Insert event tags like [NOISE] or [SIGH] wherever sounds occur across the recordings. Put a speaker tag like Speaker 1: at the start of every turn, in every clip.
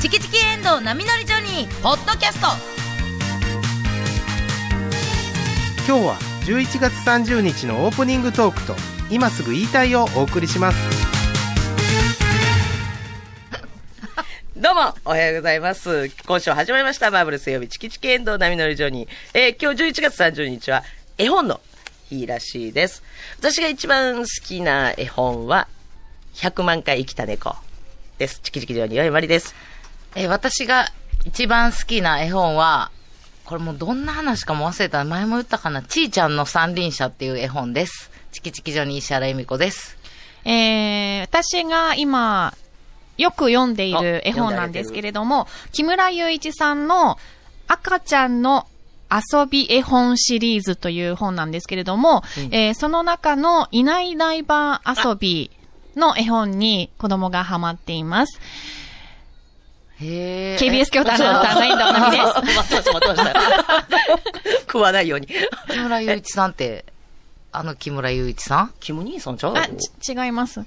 Speaker 1: チキチキエンドウ波乗りジョニー」ポッドキャスト
Speaker 2: 今日は11月30日のオープニングトークと今すぐ言いたいをお送りします
Speaker 3: どうも、おはようございます。今週始まりました、マーブル水曜日、チキチキエンドウ波乗りジョニー。えー今日11月30日は、絵本の日らしいです。私が一番好きな絵本は、100万回生きた猫です。チキチキジョニー、おいまりです。
Speaker 4: えー私が一番好きな絵本は、これもうどんな話かも忘れた。前も言ったかな。ちーちゃんの三輪車っていう絵本です。チキチキジョニー石原由美子です。
Speaker 5: えー、私が今、よく読んでいる絵本なんですけれども、木村雄一さんの赤ちゃんの遊び絵本シリーズという本なんですけれども、えーその中のいないダイバー遊びの絵本に子供がハマっています。
Speaker 4: へえ。
Speaker 5: KBS 京都アナウンサーの遠藤奈美です。
Speaker 3: [LAUGHS] 待ってました、待
Speaker 4: [LAUGHS]
Speaker 3: ってました。食わないように。
Speaker 4: え木村祐一さんって、あの木村祐一さん
Speaker 3: キム兄さんちゃう
Speaker 5: あ、ち、違います。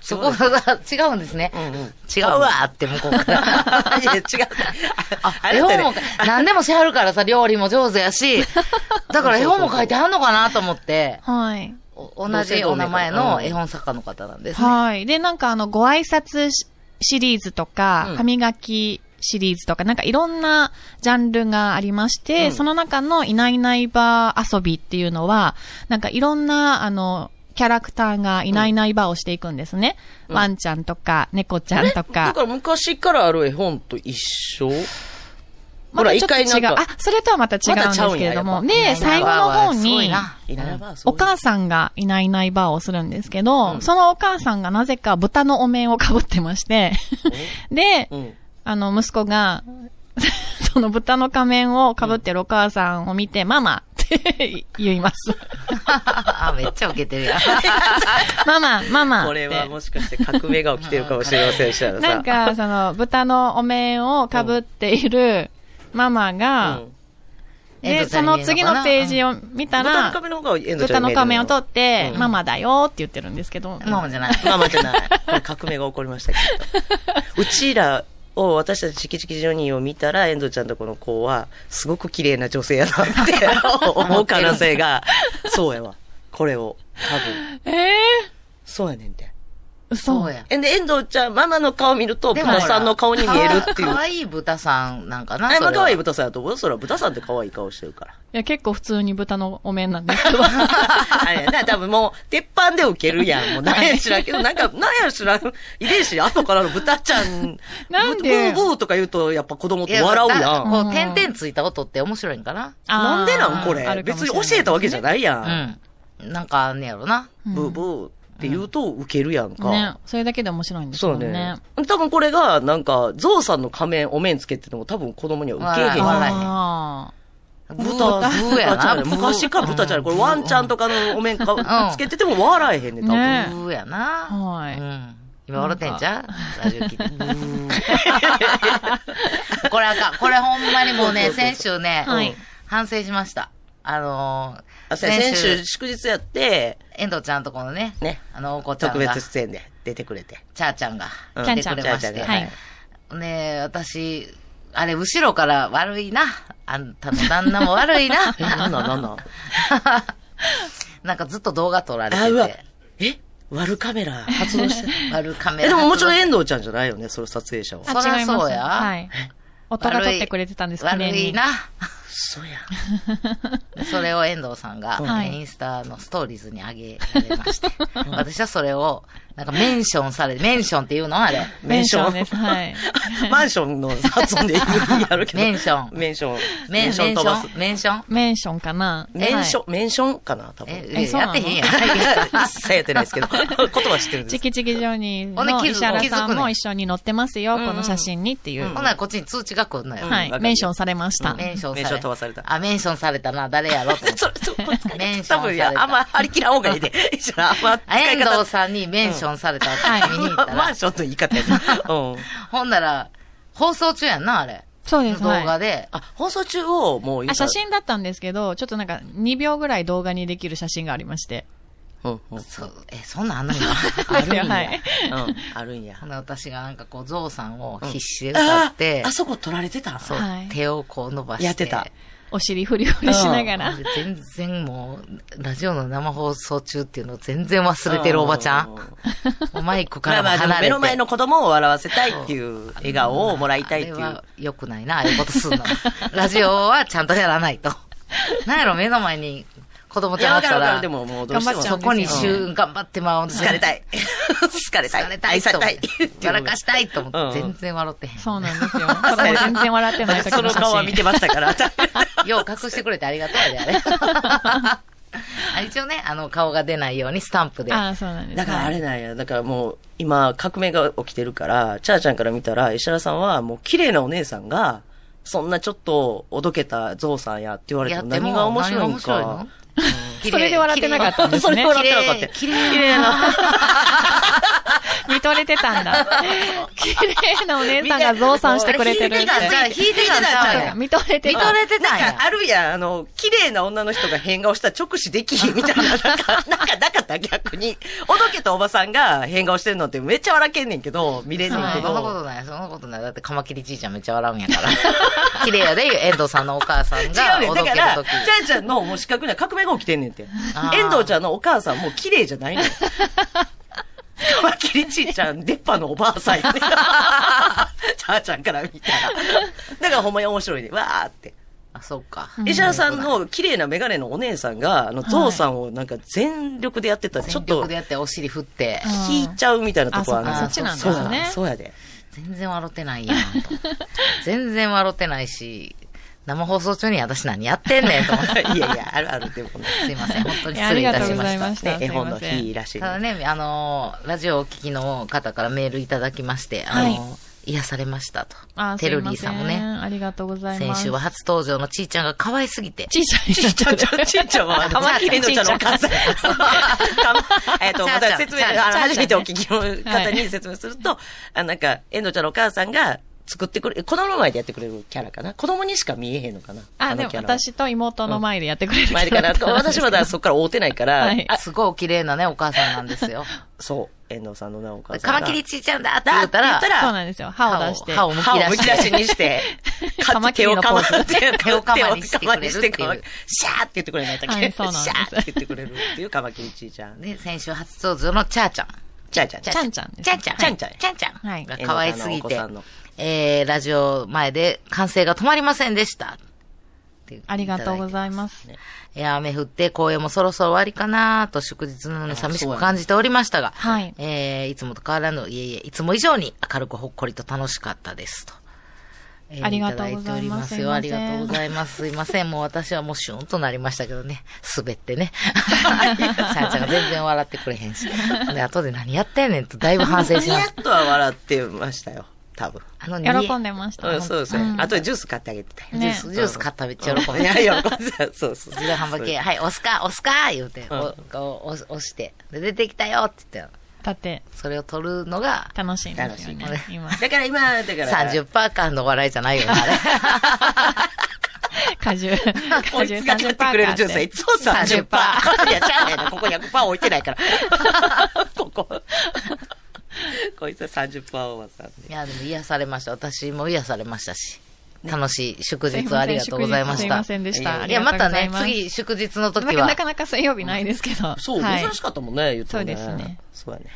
Speaker 4: そこが違うんですね。
Speaker 3: [LAUGHS] うんうん。
Speaker 4: 違うわーって向こう [LAUGHS] から。
Speaker 3: いや違う。あなた
Speaker 4: 絵本
Speaker 3: ね
Speaker 4: も、何でもしはるからさ、料理も上手や [LAUGHS] し、だから絵本も書いてはんのかなと思って、
Speaker 5: はい。
Speaker 4: お同じお名前の絵本作家の方なんですね。
Speaker 5: はい。で、なんかあの、ご挨拶しシリーズとか、
Speaker 3: うん
Speaker 5: 歯磨きシリーズとか、なんかいろんなジャンルがありまして、その中のいないいないば遊びっていうのは、なんかいろんな、あの、キャラクターがいないいないばをしていくんですね。ワンちゃんとか、猫ちゃんと
Speaker 3: だ
Speaker 5: か
Speaker 3: か。ら昔からある絵本と一緒ほら、
Speaker 5: ちょ
Speaker 3: 一
Speaker 5: っと
Speaker 3: 回なん
Speaker 5: 違う。
Speaker 3: か
Speaker 5: あ、、それとはまた違うんですけれども。で、最後の方
Speaker 4: すごい
Speaker 5: に、
Speaker 4: な。
Speaker 3: いないばあそう
Speaker 5: お
Speaker 3: いう
Speaker 5: 母さんがいないいないばあをするんですけど、
Speaker 3: うん
Speaker 5: そのお母さんがなぜか豚のお面をかぶって
Speaker 3: [LAUGHS]
Speaker 5: まして、で、
Speaker 3: うん。
Speaker 5: あの、息子が、 [LAUGHS] その豚の仮面を被ってるお母さんを見て、ママって [LAUGHS] 言い
Speaker 3: [LAUGHS]
Speaker 5: ます。
Speaker 4: [LAUGHS] あ、めっちゃウケ
Speaker 5: [LAUGHS]
Speaker 4: てるやん。 [LAUGHS]
Speaker 5: ママ、ママって。
Speaker 3: これはもしかして革命が起きてるかもしれません、したらさ。
Speaker 5: なんか、その、豚のお面を被っているママ
Speaker 3: う
Speaker 5: が、
Speaker 3: ん、
Speaker 5: で、その次のページを見た
Speaker 3: 豚の
Speaker 5: ら、
Speaker 3: 仮面の方が遠藤ちゃん
Speaker 5: 豚
Speaker 3: に
Speaker 5: の
Speaker 3: 見える
Speaker 5: 仮面を取って、
Speaker 3: うん
Speaker 5: ママだよって言ってるんですけど、
Speaker 4: ママじ
Speaker 3: [LAUGHS]
Speaker 4: ゃない。
Speaker 3: ママじゃない。これ革命が起こりましたけど。うちらを、私たちチキチキジョニーを見たら、遠藤ちゃんとこの子は、すごく綺麗な女性やなって思う可能性が、 [LAUGHS] そうやわ。これを、多分。
Speaker 5: えー、
Speaker 3: そうやねんて。
Speaker 5: 嘘。
Speaker 4: そうや。
Speaker 3: えで、遠藤ちゃん、ママの顔見ると、豚さんの顔に見えるっていう。
Speaker 4: 可愛い豚さんなんかな。
Speaker 3: あ、まあ、可愛い
Speaker 4: 豚。
Speaker 3: 豚さんだと思うよ。そら、豚さんって可愛い顔してるから。
Speaker 5: いや、結構普通に豚のお面なんですけど。
Speaker 3: [LAUGHS] あれやな、多分もう、鉄板で受けるやん。もう、なんや知らんけど、なんか、なんや知らん。遺伝子、後からの豚ちゃん。
Speaker 5: なんで
Speaker 3: ブーブーとか言うと、やっぱ子供って笑うや
Speaker 4: だ
Speaker 3: ん。
Speaker 4: こう、点々ついた音って面白いんかな。
Speaker 3: なんでなん
Speaker 5: [LAUGHS] あー
Speaker 3: こ
Speaker 5: あ
Speaker 3: れ。
Speaker 5: るかも
Speaker 3: 別
Speaker 5: し
Speaker 3: に
Speaker 5: れ
Speaker 3: 教
Speaker 5: ない
Speaker 3: えたわけじゃないや。
Speaker 4: うんん。なんかあんねやろな。
Speaker 5: うん
Speaker 3: ブーブーって言うと、受けるやんか。
Speaker 5: ね、それだけで面白いんです
Speaker 3: そ
Speaker 5: よ
Speaker 3: う
Speaker 5: ね。
Speaker 3: ね。多分これが、なんか、ゾウさんの仮面、お面つけてても、多分子供には受けへんやん
Speaker 4: 笑わない
Speaker 5: あ
Speaker 3: 豚、
Speaker 4: ブーやな。ブー
Speaker 3: 昔から豚ちゃん、これワンちゃんとかのお面か、
Speaker 4: うん
Speaker 3: つけてても笑えへんねん、多分。
Speaker 5: ね
Speaker 4: ブーやな。
Speaker 5: はい
Speaker 4: うん。今笑ってんじゃんラジオ
Speaker 3: [LAUGHS]
Speaker 4: 聞いて。ブー [LAUGHS] これあかん。これほんまにもうね、先週ね
Speaker 5: はい、
Speaker 4: 反省しました。あのー、
Speaker 3: あそうや先週、祝日やって、
Speaker 4: 遠藤ちゃんとこのね、
Speaker 3: ね
Speaker 4: あの、お子ちゃ
Speaker 3: 特
Speaker 4: んが
Speaker 3: 別、出演で出てく
Speaker 4: [LAUGHS]
Speaker 3: れて。
Speaker 4: チャーちゃんが
Speaker 3: うん
Speaker 4: 出てくれまし
Speaker 3: ちゃーちゃん
Speaker 4: て、
Speaker 3: が。
Speaker 5: はい
Speaker 4: ねえ、私、あれ、後ろから悪いな。あんたの旦那も悪いな
Speaker 3: [LAUGHS] え、なんなんなんなん
Speaker 4: なんかずっと動画撮られ
Speaker 3: あ、うわ
Speaker 4: てて。。
Speaker 3: え割るカメラ発動
Speaker 4: [LAUGHS]
Speaker 3: して。
Speaker 4: 悪カメ
Speaker 3: え、
Speaker 4: ラ。
Speaker 3: でももちろん遠藤ちゃんじゃないよね、その撮影者は
Speaker 5: あ。。
Speaker 4: そら
Speaker 5: あ違います
Speaker 4: そうや
Speaker 5: はい。夫が撮ってくれてたんです
Speaker 4: 悪い悪い。な。
Speaker 3: そうや。
Speaker 4: それを遠藤さんが、
Speaker 5: はい
Speaker 4: インスタのストーリーズに上げられまして。私はそれを、なんかメンションされ、メンションっていうのあれ。
Speaker 5: メンションです。はい。
Speaker 3: [LAUGHS] マンションの発音でやるけど。
Speaker 4: メンション
Speaker 3: [LAUGHS] メンション。
Speaker 4: メンメンション
Speaker 3: 飛ばす。
Speaker 4: メンション
Speaker 5: メンションかな。
Speaker 3: メンシ
Speaker 5: は
Speaker 3: ョン、メンションかな、多分。
Speaker 4: え
Speaker 3: い、
Speaker 5: えそうな
Speaker 4: やっ
Speaker 5: の
Speaker 4: てへんや
Speaker 3: [LAUGHS]
Speaker 4: ん。
Speaker 3: や一切やってないですけど。言葉は知ってるんで
Speaker 5: い
Speaker 3: す
Speaker 5: チ。キチキジョニー
Speaker 4: ほんで
Speaker 5: の
Speaker 4: 気づ
Speaker 5: 石原さ
Speaker 4: 気づく
Speaker 5: ん
Speaker 4: ね
Speaker 5: も一緒に載ってますよ、
Speaker 3: うん
Speaker 5: この写真にっていう。
Speaker 3: うん
Speaker 4: ほんならこっちに通知が来るのよ。
Speaker 3: うんわ
Speaker 5: は
Speaker 3: かる
Speaker 5: い。メンションされました。
Speaker 4: メンションされ
Speaker 3: メンション飛ばされた
Speaker 4: あ、メンションされたな、誰やろと思って
Speaker 3: それ、そこ使い
Speaker 4: メンション
Speaker 3: 多
Speaker 4: され
Speaker 3: 分、い
Speaker 4: た
Speaker 3: や、あんま張り切らん方がいい
Speaker 4: [LAUGHS]
Speaker 3: で。いいじゃんあんま使い
Speaker 4: 遠
Speaker 3: 方。
Speaker 4: 藤さんにメンションされたって見に行 [LAUGHS] った
Speaker 3: [LAUGHS] マ
Speaker 4: ら
Speaker 3: ン、ションと言い方やね。うん。
Speaker 4: ほんなら、放送中やんな、あれ。
Speaker 5: そうで
Speaker 4: 動
Speaker 5: す。はい
Speaker 4: 画で。
Speaker 3: あ、放送中をもう言
Speaker 5: あ
Speaker 3: うた
Speaker 5: 写
Speaker 3: ら
Speaker 5: 真だったんですけど、ちょっとなんか2秒ぐらい動画にできる写真がありまして。
Speaker 3: うん [LAUGHS] うん
Speaker 4: そう、え、そんなんあんの
Speaker 5: [LAUGHS]
Speaker 4: あるんや。
Speaker 5: はい。
Speaker 3: うんあるんや
Speaker 4: ほ。んで私がなんかこう、ゾウさんを必死で歌って、
Speaker 3: あそこ取られてた
Speaker 4: そう、
Speaker 5: はい
Speaker 4: 手をこう伸ばして。
Speaker 3: やってた。
Speaker 5: お尻フリフリしながら
Speaker 4: で。全然もう、ラジオの生放送中っていうのを全然忘れてるおばちゃん。もうマイクか
Speaker 3: まあまあ
Speaker 4: らも
Speaker 3: でも
Speaker 4: 離れ
Speaker 3: 目
Speaker 4: て。
Speaker 3: の前の子供を笑わせたいっていう笑顔をもらいたいってい
Speaker 4: あ
Speaker 3: う。
Speaker 4: れは良くないな、ああいうこ
Speaker 3: [LAUGHS]
Speaker 4: とすんの。ラジオはちゃんとやらないと。なんやろ、目の前に子供
Speaker 3: い
Speaker 4: ちゃ
Speaker 3: や、
Speaker 4: んお
Speaker 3: わ
Speaker 4: っ
Speaker 3: かる
Speaker 4: た
Speaker 3: わかる。
Speaker 4: ら
Speaker 3: で、ももうどうしても
Speaker 5: 頑張っちゃう
Speaker 4: そ
Speaker 5: ん
Speaker 4: こに
Speaker 5: ですよ
Speaker 4: 週頑張ってまう。
Speaker 3: 疲れたい。疲れたい。
Speaker 4: 疲れたい
Speaker 3: 愛
Speaker 4: と
Speaker 3: され
Speaker 4: 思ったて
Speaker 3: い。。
Speaker 4: やらかしたいと思って、
Speaker 3: うんうん
Speaker 4: 全然笑ってへん。
Speaker 5: そうなんですよ。子供全然笑ってない時
Speaker 3: その
Speaker 5: の写
Speaker 3: 顔は見
Speaker 5: 真。
Speaker 3: てましたから。
Speaker 4: よう隠してくれてありがとうであ
Speaker 3: [LAUGHS]
Speaker 4: れ。あ一応ね、あの、顔が出ないようにスタンプで。
Speaker 5: ああ、そうなんです。
Speaker 3: だからあ
Speaker 5: はい
Speaker 3: れなんや。だからもう、今、革命が起きてるから、チャーちゃんから見たら、石原さんはもう綺麗なお姉さんが、そんなちょっとおどけたゾウさんやって言われても何が面白いん
Speaker 4: 何が
Speaker 3: か
Speaker 4: 面。白いのうん
Speaker 5: それで笑ってなかったんですね
Speaker 4: 綺麗
Speaker 3: それで笑ってなかった
Speaker 4: 綺麗綺麗な。
Speaker 5: [LAUGHS] 見とれてたんだ。綺麗なお姉さんが増産してくれてるっ
Speaker 4: 見
Speaker 5: て
Speaker 4: て。たんじゃう、引いてたんじ
Speaker 5: そう
Speaker 4: ゃ
Speaker 5: か
Speaker 4: う
Speaker 5: 見とれて
Speaker 4: 見
Speaker 5: た。
Speaker 4: とれてたん
Speaker 3: なん
Speaker 4: や
Speaker 3: か。あるやん、あの、綺麗な女の人が変顔したら直視できひんみたいな、なんか、なんかなかった、逆に。おどけたおばさんが変顔してるのってめっちゃ笑けんねんけど、見れんねん
Speaker 4: そ
Speaker 3: け
Speaker 4: ん
Speaker 3: ど。
Speaker 4: なことない、そんなことない。だって、カマキリじいちゃんめっちゃ笑うんやから。 [LAUGHS] 綺麗やで、遠藤さんのお母さんが
Speaker 3: 違うね
Speaker 4: お
Speaker 3: ん。
Speaker 4: ど
Speaker 3: だ
Speaker 4: け
Speaker 3: か
Speaker 4: る
Speaker 3: ら、
Speaker 4: と
Speaker 3: ち
Speaker 4: き。
Speaker 3: ゃんちゃんのもう視覚には革命が起きてんねんって
Speaker 4: あ。ー
Speaker 3: 遠藤ちゃんのお母さんもう綺麗じゃないのよ。カマキリちいちゃん、出っ歯のおばあさん [LAUGHS] やねちゃーちゃんから見たら。だからほんまに面白いね。わーって。
Speaker 4: あ、そうか。
Speaker 3: 石原さんの綺麗なメガネのお姉さんが、あの、ゾウさんをなんか全力でやってたら、ちょ
Speaker 4: 全
Speaker 3: っと
Speaker 4: 力で、やって、お尻振って。
Speaker 3: 引いちゃうみたいなとこは
Speaker 4: あそっかそっち
Speaker 5: なんですね
Speaker 3: そうやで。
Speaker 4: 全然笑ってないやんと。全然笑ってないし、生放送中に私何やってんねんと
Speaker 5: [LAUGHS]
Speaker 4: 思って。
Speaker 3: いやいや、あるあるでもね。
Speaker 4: すいません、本当に
Speaker 5: いやあ
Speaker 4: 失
Speaker 5: り
Speaker 4: 礼いた
Speaker 5: がとう
Speaker 4: し
Speaker 5: ご
Speaker 4: ま
Speaker 5: ざい
Speaker 4: した。
Speaker 5: ました。
Speaker 3: ね、
Speaker 5: す
Speaker 3: 絵
Speaker 5: い
Speaker 3: 本
Speaker 5: ま
Speaker 3: の
Speaker 5: せん。
Speaker 3: 日らしいね。
Speaker 4: ただね、あのーラジオをお聞きの方からメールいただきまして、あのー癒されましたと。
Speaker 5: あ
Speaker 4: テルリーさんも
Speaker 5: すいま
Speaker 4: ね、
Speaker 5: せありがとうござい
Speaker 4: 先
Speaker 5: ます。
Speaker 4: 週は初登場のちーちゃんが可愛すぎて、
Speaker 5: ちいちゃん。ちいち
Speaker 3: ちゃんちゃん、ちいちゃんは、
Speaker 4: カマキリ
Speaker 3: のちゃんのお母さん。えっと、また説明、あの、初めてお聞きの方に説明すると、あなんか、えのちゃんのお母さんが作ってくれ、子供の前でやってくれるキャラかな。子供にしか見えへんのかな。
Speaker 5: あ、で
Speaker 3: の
Speaker 5: も
Speaker 3: キャラは。
Speaker 5: 私と妹の前でやってくれる
Speaker 3: 前
Speaker 5: か
Speaker 3: からら、私まだそこから追うてないから、
Speaker 5: はい
Speaker 3: あ
Speaker 4: すごいお綺麗なね、お母さんなんです [LAUGHS] よ。
Speaker 3: そう、遠藤さんのなお母さん
Speaker 4: カ
Speaker 3: が。
Speaker 4: マキリちーちゃんだって言ったら、
Speaker 3: だって言
Speaker 5: そうなんですよ。歯を出して。
Speaker 4: 歯を
Speaker 3: 歯を
Speaker 4: む
Speaker 3: む
Speaker 4: き
Speaker 3: き出
Speaker 4: 出し
Speaker 3: しに
Speaker 4: に。
Speaker 3: して、
Speaker 5: カマキリのポーズ
Speaker 3: 手を
Speaker 4: 手をカマにしてくれるっていう
Speaker 3: 手をカマにしてシャーって言ってくれないだ
Speaker 5: は
Speaker 3: け。
Speaker 5: い
Speaker 3: シ
Speaker 5: そう
Speaker 3: ャ
Speaker 5: なんです
Speaker 3: ーって言ってくれるっていうカマキリちいちゃん。
Speaker 4: で、先週初登場のチャーちゃん。
Speaker 3: ちゃんちゃん。
Speaker 5: ちゃんちゃんです
Speaker 4: ちゃんちゃん。
Speaker 3: ちゃんちゃん
Speaker 4: ちゃんちゃん。
Speaker 5: はい
Speaker 4: が可愛すぎて
Speaker 3: 江戸川のお子さんの、
Speaker 4: えー、ラジオ前で歓声が止まりませんでした。
Speaker 5: ありがとうご
Speaker 4: い
Speaker 5: ざいます。
Speaker 4: ます。えー雨降って公演もそろそろ終わりかなと祝日なのに寂しく感じておりましたが、
Speaker 5: そうやね
Speaker 4: えー、いつもと変わらぬ、いえいえ、いつも以上に明るくほっこりと楽しかったですと。えー
Speaker 5: ありがとうございます
Speaker 4: ただておりよ。ありがとうございます。すいません。もう私はもうシュンとなりましたけどね。滑って
Speaker 5: [LAUGHS]
Speaker 4: ね。ちゃんちゃんが全然笑ってくれへんし。で、後で何やってんねんとだいぶ反省
Speaker 3: ニ
Speaker 4: し
Speaker 3: ヤ
Speaker 4: ました。
Speaker 3: ッとは笑ってましたよ。多分。
Speaker 4: あの、
Speaker 5: 喜ん
Speaker 4: で。
Speaker 5: でまし
Speaker 3: う
Speaker 5: た
Speaker 3: ん、。そうですね。あとジュース買ってあげてたよ。
Speaker 4: ジュー
Speaker 5: ね
Speaker 4: ス、ジュース買っためっちゃ喜ん
Speaker 3: い
Speaker 4: で。
Speaker 3: や [LAUGHS] いや、そうそう。
Speaker 4: 自動販売機、はい、押すか、押すか言うて、おこう押押して、で、出てきたよって言って、
Speaker 5: だって、
Speaker 4: それを取るのが、
Speaker 5: 楽しいんですよね
Speaker 4: 楽しい。ね
Speaker 5: 今。
Speaker 3: だから今、だから。
Speaker 4: 30%間の笑いじゃないよね、あれ。
Speaker 3: [LAUGHS]
Speaker 5: 果汁。
Speaker 3: こ
Speaker 5: 果
Speaker 3: いつ
Speaker 5: 汁
Speaker 3: が作ってくれるジュースはいつも30%。
Speaker 4: 30%
Speaker 3: いや、ちゃうやな。ここ100%置いてないから。 [LAUGHS] ここ。こいつは30%おばさんで。
Speaker 4: いや、でも癒されました。私も癒されましたし。楽しい祝日をありがとうございました。
Speaker 5: すいませんでした。
Speaker 4: いや、またね、
Speaker 5: 次
Speaker 4: 次、祝日の時
Speaker 5: な
Speaker 4: は
Speaker 5: か、なか水曜日ないですけど。
Speaker 3: そう、
Speaker 5: はい
Speaker 3: 珍しかったもんね、言ってもね。
Speaker 5: そうですね。
Speaker 3: そうやね。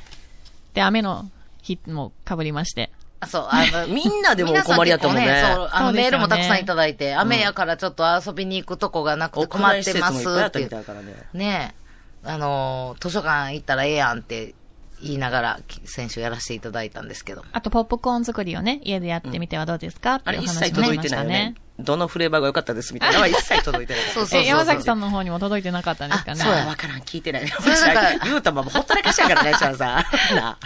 Speaker 5: で、雨の日も被りまして。
Speaker 4: あそう、あの、
Speaker 3: みんなでも困りやったもんね
Speaker 4: 皆さ結構そう、あの、
Speaker 5: そうですよね
Speaker 4: メールもたくさんいただいて、雨やからちょっと遊びに行くとこがなくて困ってます
Speaker 3: 屋
Speaker 4: っ
Speaker 3: 内
Speaker 4: て
Speaker 3: 施設も
Speaker 4: い。
Speaker 3: いっぱいあったみたいうだからね。
Speaker 4: ねえ、あのー、図書館行ったらええやんって言いながら、き先週やらせていただいたんですけど。
Speaker 5: あと、ポップコーン作りをね、家でやってみてはどうですかって
Speaker 3: あ
Speaker 5: い
Speaker 3: れ
Speaker 5: う
Speaker 3: 一
Speaker 5: 話
Speaker 3: 切
Speaker 5: も
Speaker 3: 届
Speaker 5: あり
Speaker 3: い
Speaker 5: ま
Speaker 3: て
Speaker 5: し
Speaker 3: な
Speaker 5: た
Speaker 3: いよ
Speaker 5: ね
Speaker 3: ね。。どのフレーバーが良かったですみたいなの [LAUGHS] は一切届いてない。
Speaker 4: そうそうそうそう
Speaker 5: え、山崎さんの方にも届いてなかったんですかね。
Speaker 4: あそうや
Speaker 3: わからん、聞いてない。
Speaker 4: れなんか
Speaker 3: 言うたままほったらかしやからね、ちゃんさん。な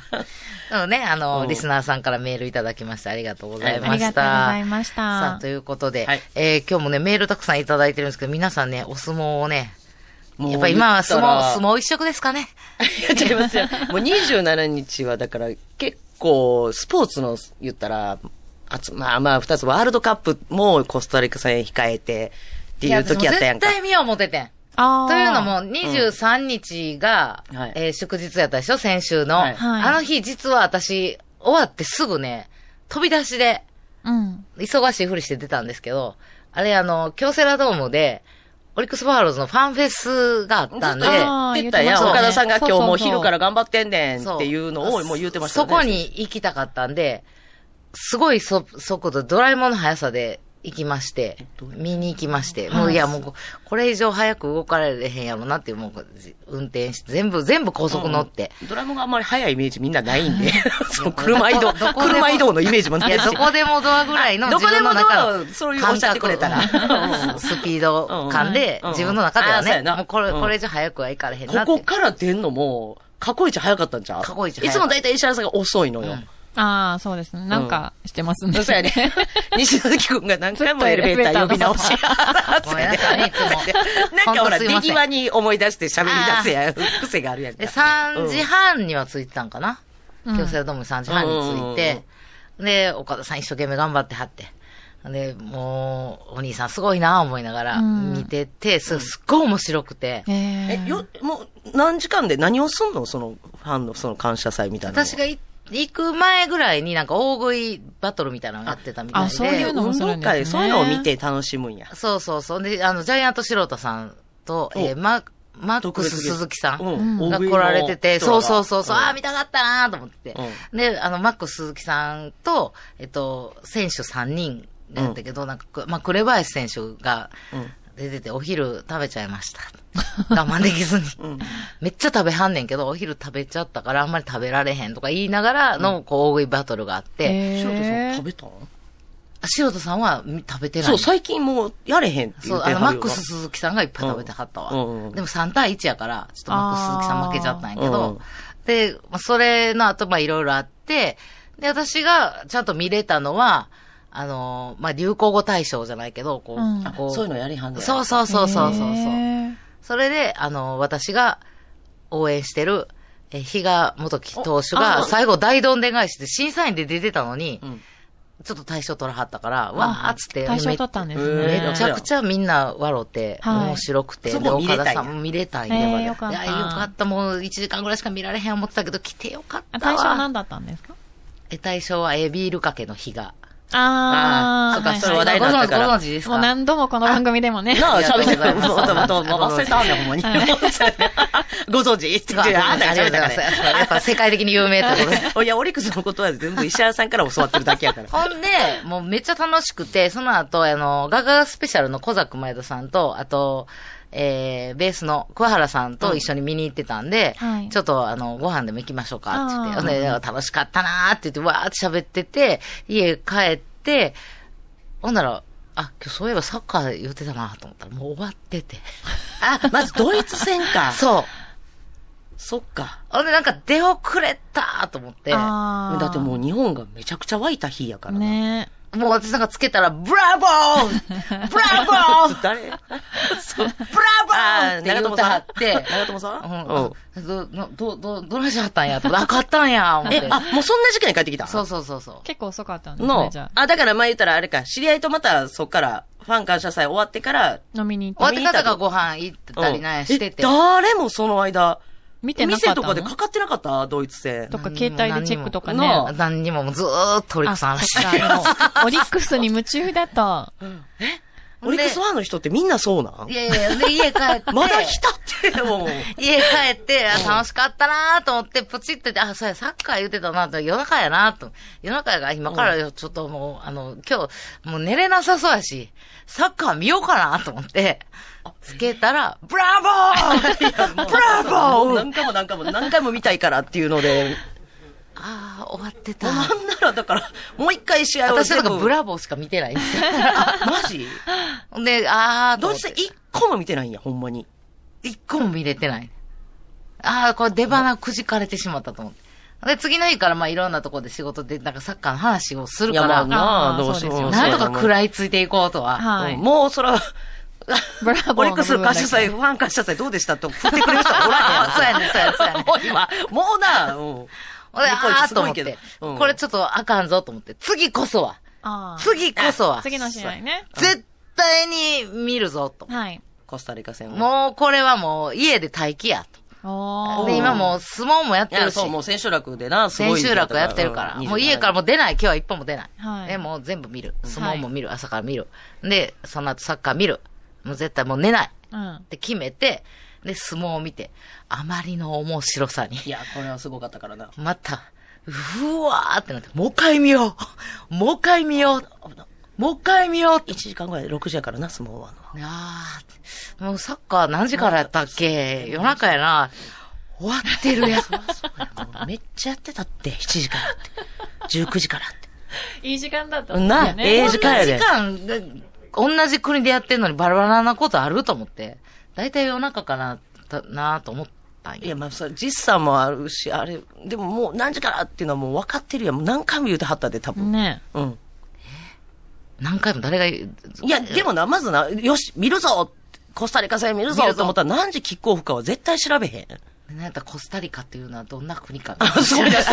Speaker 4: なのでね、あの
Speaker 3: う
Speaker 4: ー、
Speaker 3: ん
Speaker 4: リスナーさんからメールいただきまして、ありがとうございました。
Speaker 5: ありがとうございました
Speaker 4: さあ、ということで、
Speaker 3: はい
Speaker 4: えー今日もね、メールたくさんいただいてるんですけど、皆さんね、お相撲をね、
Speaker 3: [LAUGHS] もう
Speaker 4: やっぱり今は相撲、
Speaker 3: 言ったら
Speaker 4: 相撲一色ですかね。
Speaker 3: やっちゃいますよ。もう27日は、だから結構、スポーツの、言ったら、あつまあまあ、二つ、ワールドカップもコスタリカ戦控えて、っていう時やったやんか
Speaker 4: い。や私も絶対見よう思っててん。
Speaker 5: あー
Speaker 4: というのも、、23日が、
Speaker 3: はい
Speaker 4: えー祝日やったでしょ先週の、
Speaker 3: はい
Speaker 5: はい
Speaker 4: あの日、実は私、終わってすぐね、飛び出しで、
Speaker 5: うん。
Speaker 4: 忙しいふりして出たんですけど、あれ、あの、京セラドームで、オリックスバファローズのファンフェスがあったんで、
Speaker 3: ずっと
Speaker 5: あー
Speaker 3: 言ってたやん、
Speaker 5: 言っ
Speaker 3: 岡
Speaker 5: てましたね
Speaker 3: 田さんが今日もう
Speaker 5: そうそうそう
Speaker 3: 昼から頑張ってんねん
Speaker 4: そ
Speaker 3: っていうのをもう言ってましたね。
Speaker 4: そこに行きたかったんで、すごいそ速度、ドラえもんの速さで行きまして、見に行きまして、もういやもうこ、これ以上早く動かれへんやろなっていう、もうこう、じ運転して、全部、全部高速乗って。
Speaker 3: ドラムがあんまり速いイメージみんなないんで、 [LAUGHS] その車移動、
Speaker 4: [LAUGHS]
Speaker 3: 車移動のイメージも
Speaker 4: い
Speaker 3: ない
Speaker 4: や、
Speaker 3: し
Speaker 4: どこでもドアぐらいの
Speaker 3: あど
Speaker 4: 自
Speaker 3: こで
Speaker 4: 分
Speaker 3: も
Speaker 4: の
Speaker 3: ドア
Speaker 4: 中
Speaker 3: を
Speaker 4: の
Speaker 3: そういうおっしゃってくれたら
Speaker 4: 感覚スピード感で
Speaker 3: うん、
Speaker 4: 自分の中では
Speaker 3: うんあーそうや
Speaker 4: ね、
Speaker 3: な
Speaker 4: もうこれ、
Speaker 3: うん
Speaker 4: これ以上早くはいかれへんな
Speaker 3: こ
Speaker 4: って。
Speaker 3: こから出んのも、過去一早かったんちゃう
Speaker 4: 過去一早
Speaker 3: い
Speaker 4: い
Speaker 3: つも大体石原さんが遅いのよ。
Speaker 5: ああ、そうですね。なんかしてますね。
Speaker 3: そうやね。 [LAUGHS] 西崎くんが何回もエレベーター呼び直し。
Speaker 4: [LAUGHS] ごめんなさいねいつも
Speaker 3: [LAUGHS] なんかほら、
Speaker 4: 本当す
Speaker 3: 出
Speaker 4: いません
Speaker 3: 際に思い出して喋り出せや、癖があるやんか
Speaker 4: で、。3時半には着いてたんかな。
Speaker 5: うん
Speaker 4: 京セラドーム3時半に着いて、で、岡田さん一生懸命頑張ってはって。で、もう、お兄さんすごいなぁ思いながら
Speaker 5: うん
Speaker 4: 見てて、すすっごい面白くて、
Speaker 5: え
Speaker 3: え
Speaker 5: ー、
Speaker 3: よ、もう、何時間で何をすんのその、ファンのその感謝祭みたいなのは。
Speaker 4: 私がい行く前ぐらいになんか大食いバトルみたいなのやってたみたい
Speaker 5: あ
Speaker 4: で。
Speaker 5: そういうのも
Speaker 3: 運
Speaker 5: する
Speaker 3: 動
Speaker 5: んですね
Speaker 3: 会、そういうのを見て楽しむんや。
Speaker 4: そうそうそう。で、あの、ジャイアント素人さんと、えーママックス鈴木さん。
Speaker 3: うん
Speaker 4: が来られてて、そうそうそうそう、ああ、見
Speaker 3: た
Speaker 4: たかったなーと思って、で、あの、マックス鈴木さんと、えっと、選手3人だったけど、なんかく、まあ、紅林選手が
Speaker 3: うん
Speaker 4: 出てて、お昼食べちゃいました。 [LAUGHS] 我慢できずに。
Speaker 3: うん。
Speaker 4: めっちゃ食べはんねんけど、お昼食べちゃったからあんまり食べられへんとか言いながらの、こう、大食いバトルがあって、
Speaker 5: えー
Speaker 3: 白田さん食べたん
Speaker 4: あ素人さんはみ食べてない。
Speaker 3: そう、最近もう、やれへんって言
Speaker 4: そう、
Speaker 3: ってはる
Speaker 4: あの、
Speaker 3: よ
Speaker 4: マックス鈴木さんがいっぱい食べてはったわ。
Speaker 3: うんうんうん
Speaker 4: でも3対1やから、ちょっとマックス鈴木さん負けちゃったんやけ
Speaker 3: うん
Speaker 4: ど、で、まあ、それの後、まあ、いろいろあって、で、私がちゃんと見れたのは、あのー、まあ、流行語大賞じゃないけど、こ
Speaker 5: う
Speaker 4: う、
Speaker 5: ん
Speaker 3: あ
Speaker 4: こ
Speaker 3: そういうのやりはんねや
Speaker 4: そうそうそうそう
Speaker 5: え
Speaker 4: そう。
Speaker 5: ー
Speaker 4: それで、あのー、私が応援してる、え、比嘉元樹投手が最後大どんでん返しで審査員で出てたのに、
Speaker 3: うん
Speaker 4: ちょっと大賞取らはったから、わーっつって、
Speaker 5: 対象取ったんです
Speaker 3: え
Speaker 5: ね。
Speaker 3: ー
Speaker 4: めちゃくちゃみんな笑って、
Speaker 5: はい
Speaker 4: 面白くて、
Speaker 3: そ
Speaker 4: で
Speaker 3: こ見れ
Speaker 4: 岡
Speaker 3: たんや
Speaker 4: 田さんも見れたんや。
Speaker 5: えー
Speaker 4: いや
Speaker 5: よかった
Speaker 4: よかった。もう1時間ぐらいしか見られへん思ってたけど、来てよかっ
Speaker 5: あ
Speaker 4: たわ。
Speaker 5: 対象何だったんですか
Speaker 4: え対象は、えー、ビールかけの日が。
Speaker 5: ああ、
Speaker 3: そうか
Speaker 5: はいはい
Speaker 3: それ話題になったから
Speaker 4: ご存知です
Speaker 5: もう
Speaker 4: か
Speaker 5: 何度もこの番組でもね。
Speaker 3: なあ、
Speaker 4: ありが
Speaker 3: 喋
Speaker 4: とう
Speaker 3: ってた。
Speaker 4: ござい
Speaker 3: もうも
Speaker 4: ます
Speaker 3: うもう忘れたんだ、ほんまに。ご存知って言ってあんたが
Speaker 4: あ
Speaker 3: 喋
Speaker 4: り
Speaker 3: った
Speaker 4: がとうござい
Speaker 3: か
Speaker 4: ます。やっぱ世界的に有名ってことで。
Speaker 3: ら。いや、オリックスのことは全部石原さんから教わってるだけやから。
Speaker 4: ほんで、もうめっちゃ楽しくて、その後、あの、ガガスペシャルの小作前田さんと、あと、えー、ベースの桑原さんと一緒に見に行ってたんで、
Speaker 5: はい
Speaker 4: ちょっとあの、ご飯でも行きましょうかって言って、
Speaker 5: あー
Speaker 4: ほんで楽しかったなーって言って、わーって喋ってて、家帰って、ほんなら、あ、今日そういえばサッカー言ってたなと思ったら、もう終わってて。
Speaker 3: [LAUGHS] あ、まずドイツ戦か。
Speaker 4: そう。
Speaker 3: そっか。
Speaker 4: ほんでなんか出遅れたーと思って、も
Speaker 5: あー
Speaker 3: だってもう日本がめちゃくちゃ湧いた日やからな。
Speaker 5: ね
Speaker 4: う私なんかつけたら、ブラボーブラボー
Speaker 3: 誰
Speaker 4: ブラボーって言ってはって、
Speaker 3: 長友さん
Speaker 4: うん。ど、ど、ど、どないしはったんやと。あ、買ったんや、思っ
Speaker 3: え
Speaker 4: て、。
Speaker 3: あ、もうそんな時間に帰ってきた
Speaker 4: そうそうそうそう。
Speaker 5: 結構遅かったんですね、
Speaker 3: の
Speaker 5: じゃ、
Speaker 3: あ、だから前言ったらあれか、知り合いとまたそっから、ファン感謝祭終わってから、
Speaker 5: あ。飲みに行
Speaker 4: 終
Speaker 5: っ
Speaker 4: わ
Speaker 5: て。
Speaker 4: ってからがご飯行ったりなんやしてて。
Speaker 3: うんえ誰もその間、
Speaker 5: 見てなか
Speaker 3: 店
Speaker 5: った
Speaker 3: と
Speaker 5: の
Speaker 3: かでかかってなかったドイツ戦。
Speaker 5: とか、携帯でチェックとかね。
Speaker 3: 何にも
Speaker 5: あ
Speaker 4: 何にももうずーっとオリックスの話
Speaker 5: そっかもうオリックスに夢中だ
Speaker 4: [LAUGHS]
Speaker 5: と。
Speaker 3: オリックスファンの人ってみんなそうなん
Speaker 4: いやいや、で家帰
Speaker 5: [LAUGHS]
Speaker 4: って。
Speaker 3: まだ来たって、もう。
Speaker 4: 家帰って、あ楽しかったなーと思って、プチって、あ、そうや、サッカー言ってたなと、夜中やなと。夜中やから、今からよちょっともう、あの、今日、もう寝れなさそうやし、サッカー見ようかなと思って、つけたら、
Speaker 3: ブラボーブラボー何回も何回も何回も見たいからっていうので、
Speaker 4: あー、終わってた。
Speaker 3: なんならだから、もう一回試合を
Speaker 4: 私なんかブ
Speaker 3: ラ
Speaker 4: ラボーしか見てないんですよ。
Speaker 3: マジ
Speaker 5: [LAUGHS]
Speaker 4: で、あー
Speaker 3: ド
Speaker 4: と
Speaker 3: イ
Speaker 4: 思っ
Speaker 3: ツ
Speaker 4: て、
Speaker 3: 戦一個も見てないんや、ほんまに。
Speaker 4: 一個も見れてない。ああ、これ出花くじかれてしまったと思って。で、次の日からまあいろんなところで仕事で、なんかサッカーの話をするか
Speaker 3: いや
Speaker 4: ら、
Speaker 3: まあなあ
Speaker 5: あー
Speaker 3: どうしよ
Speaker 5: そう
Speaker 3: う。
Speaker 5: です
Speaker 4: なんとか食
Speaker 3: い。
Speaker 4: らいついていこうとは。
Speaker 5: はい。
Speaker 3: もうそら、
Speaker 5: ブラボーの部分だけ
Speaker 3: オリックス感謝祭、ファン感謝祭どうでしたと振ってくれる人はおらんやん。
Speaker 4: そうやねそうやねそうやね
Speaker 3: もう今、もうな、うん。
Speaker 4: 俺、
Speaker 3: 日本
Speaker 4: あ
Speaker 3: 一
Speaker 4: あ
Speaker 3: すご
Speaker 4: と
Speaker 3: い
Speaker 4: 思っ
Speaker 3: けど
Speaker 4: て、
Speaker 3: うん
Speaker 4: これちょっとあかんぞと思って。次こそは。
Speaker 5: あー
Speaker 4: 次こそは。
Speaker 5: 次の試合ね。
Speaker 4: 絶対に見るぞと。
Speaker 5: はい。
Speaker 3: コスタリカ戦は。
Speaker 4: もうこれはもう家で待機や
Speaker 5: お
Speaker 4: と。
Speaker 5: ー
Speaker 4: で、今もう相撲もやっ
Speaker 3: い
Speaker 4: て
Speaker 3: や、
Speaker 4: るし
Speaker 3: そう、、もう千秋楽でな、すご
Speaker 4: 千
Speaker 3: い。
Speaker 4: 秋楽やってるから、もう家からも
Speaker 3: も
Speaker 4: う出ない、今日は一本も出ない。
Speaker 5: はい
Speaker 4: で、もう全部見る。相撲も見る、朝から見る。で、その後サッカー見る。もう絶対もう寝ない。
Speaker 5: うん
Speaker 4: っ。て決めて、で、相撲を見て、あまりの面白さに、
Speaker 3: いや、これはすごかったからな。
Speaker 4: また、うわーってなって、もう一回見ようもう一回見ようもう一回見よう
Speaker 3: 1時間ぐらいで6時やからな、相撲は。
Speaker 4: あーもうサッカー何時からやったっけ夜中やな。終わってるやん。
Speaker 3: めっちゃやってたって、7時からって。19時からって。
Speaker 5: いい時間だった
Speaker 3: な、ええ時間や
Speaker 4: 時
Speaker 3: で。
Speaker 4: 間が、同じ国でやってんのにバラバラなことあると思って、大体夜中かな、だなと思ったん
Speaker 3: い
Speaker 4: や。
Speaker 3: や、まあ、それ、実差もあるし、あれ、でももう何時からっていうのはもう分かってるやん。もう何回も言うてはったで、多分。
Speaker 5: ね
Speaker 3: うん。
Speaker 4: 何回も誰が言う、
Speaker 3: いや、でもな、まずな、よし、見るぞコスタリカ戦見るぞ
Speaker 4: 見るぞ
Speaker 3: と思ったら、何時キックオフかは絶対調べへん。
Speaker 4: なんやったらコスタリカっていうのはどんな国か。
Speaker 3: [LAUGHS] すごいなす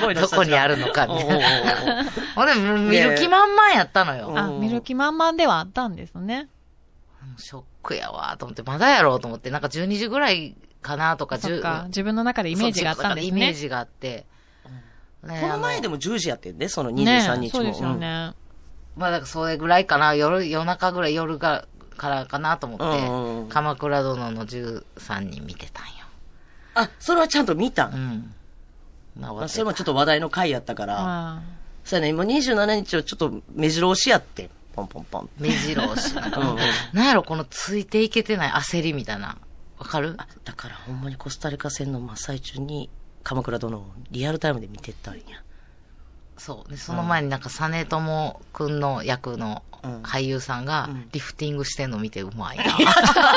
Speaker 3: ごいな
Speaker 4: [LAUGHS] どこにあるのか、みたい
Speaker 3: おうおうおうお
Speaker 4: な
Speaker 3: う。
Speaker 4: ほんで、見る気満々やったのよ。
Speaker 3: う
Speaker 4: も
Speaker 3: ん
Speaker 4: う
Speaker 5: あ、見る気満々ではあったんですね。
Speaker 4: ショックやわ、と思って、まだやろうと思って、なんか12時ぐらいかなとか、
Speaker 5: そっ
Speaker 4: 10
Speaker 5: か、自分の中でイメージがあったんです
Speaker 4: そうイメー
Speaker 5: ね。
Speaker 4: ジがあって。ね
Speaker 3: この前で
Speaker 4: も。
Speaker 3: も10時やってんね、その
Speaker 5: ね
Speaker 3: 23日も。
Speaker 5: そうですよね。
Speaker 4: まあ、だからそれぐらいかな、夜、夜中ぐらい夜が、からかなと思
Speaker 3: うんうんう
Speaker 4: っ
Speaker 3: ん
Speaker 4: て、鎌倉殿の13人見てたんよ。
Speaker 3: うん。あ、それはちゃんと見た。
Speaker 4: うんん。まあ終わ
Speaker 3: まあ
Speaker 4: って
Speaker 3: それもちょっと話題の回やったから。
Speaker 5: あ
Speaker 3: そうやね、もう27日をちょっと目白押しやって。ポンポンポン。
Speaker 4: 目白押し。なん
Speaker 3: [LAUGHS]
Speaker 4: か
Speaker 3: うんうん
Speaker 4: なんやろ、このついていけてない焦りみたいな。わかる
Speaker 3: あ、だからほんまにコスタリカ戦の真っ最中に、鎌倉殿をリアルタイムで見て
Speaker 4: [LAUGHS]
Speaker 3: たんや。
Speaker 4: そう。で、その前になんか、実朝くんの役の
Speaker 3: うん
Speaker 4: 俳優さんが
Speaker 3: ん、
Speaker 4: リフティングしてんの見てうまいな。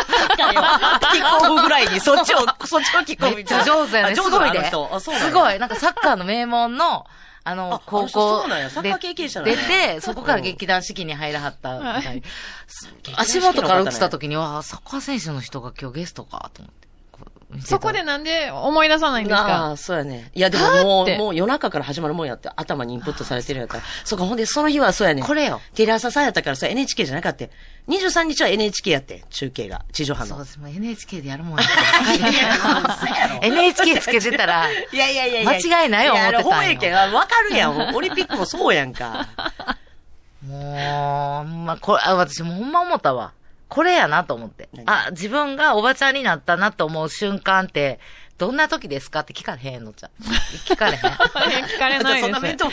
Speaker 3: キックオフぐらいに、そっちを、そっちをキックオフ
Speaker 4: めっちゃ上手やね。
Speaker 3: あ
Speaker 4: す
Speaker 3: 上手
Speaker 4: ごい
Speaker 3: なあ
Speaker 4: で。
Speaker 3: の人あそうなんや
Speaker 4: すごい。なんか、サッカーの名門の、あの
Speaker 3: あ、あの
Speaker 4: 高
Speaker 3: 人
Speaker 4: 校
Speaker 3: そうなんやサッカー経験者なん
Speaker 4: で
Speaker 3: や
Speaker 4: 出て、そこから劇団四季に入らはったみたい
Speaker 3: [LAUGHS]
Speaker 4: す
Speaker 3: 団四季
Speaker 4: 足
Speaker 3: の方
Speaker 4: 元から
Speaker 3: ね
Speaker 4: 映った時に、わあ、サッカー選手の人が今日ゲストか、と思ってこう見て
Speaker 5: ー
Speaker 4: た。
Speaker 5: そこでなんで思い出さないんです
Speaker 3: あ
Speaker 5: か
Speaker 3: あ、そうやね。いや、でもも
Speaker 5: だっ
Speaker 3: う、
Speaker 5: て
Speaker 3: もう夜中から始まるもんやって、頭にインプットされてるんやから。そうか、ほんで、その日はそうやね。
Speaker 4: これよ。
Speaker 3: テレ朝さんやったから、それ NHK じゃなかった。23日は NHK やって、中継が、地上波
Speaker 4: そう
Speaker 3: の [LAUGHS]
Speaker 4: で。す。もう NHK でやるもんやから。NHK つけてたら、
Speaker 3: いやいやいやいや。
Speaker 4: 間違いないよ
Speaker 3: や
Speaker 4: 思ってたん
Speaker 3: あれ、
Speaker 4: よ
Speaker 3: 放映権、あわかるやん。オリンピックもそうやんか。
Speaker 4: もう、ほんまこれ、あ、私もほんま思ったわ。これやなと思って。あ、自分がおばちゃんになったなと思う瞬間って、どんな時ですかって聞かれへんのじゃん。
Speaker 3: [LAUGHS]
Speaker 4: 聞かれへん。
Speaker 5: 聞かれない
Speaker 3: そんな
Speaker 5: で
Speaker 3: 面
Speaker 5: す。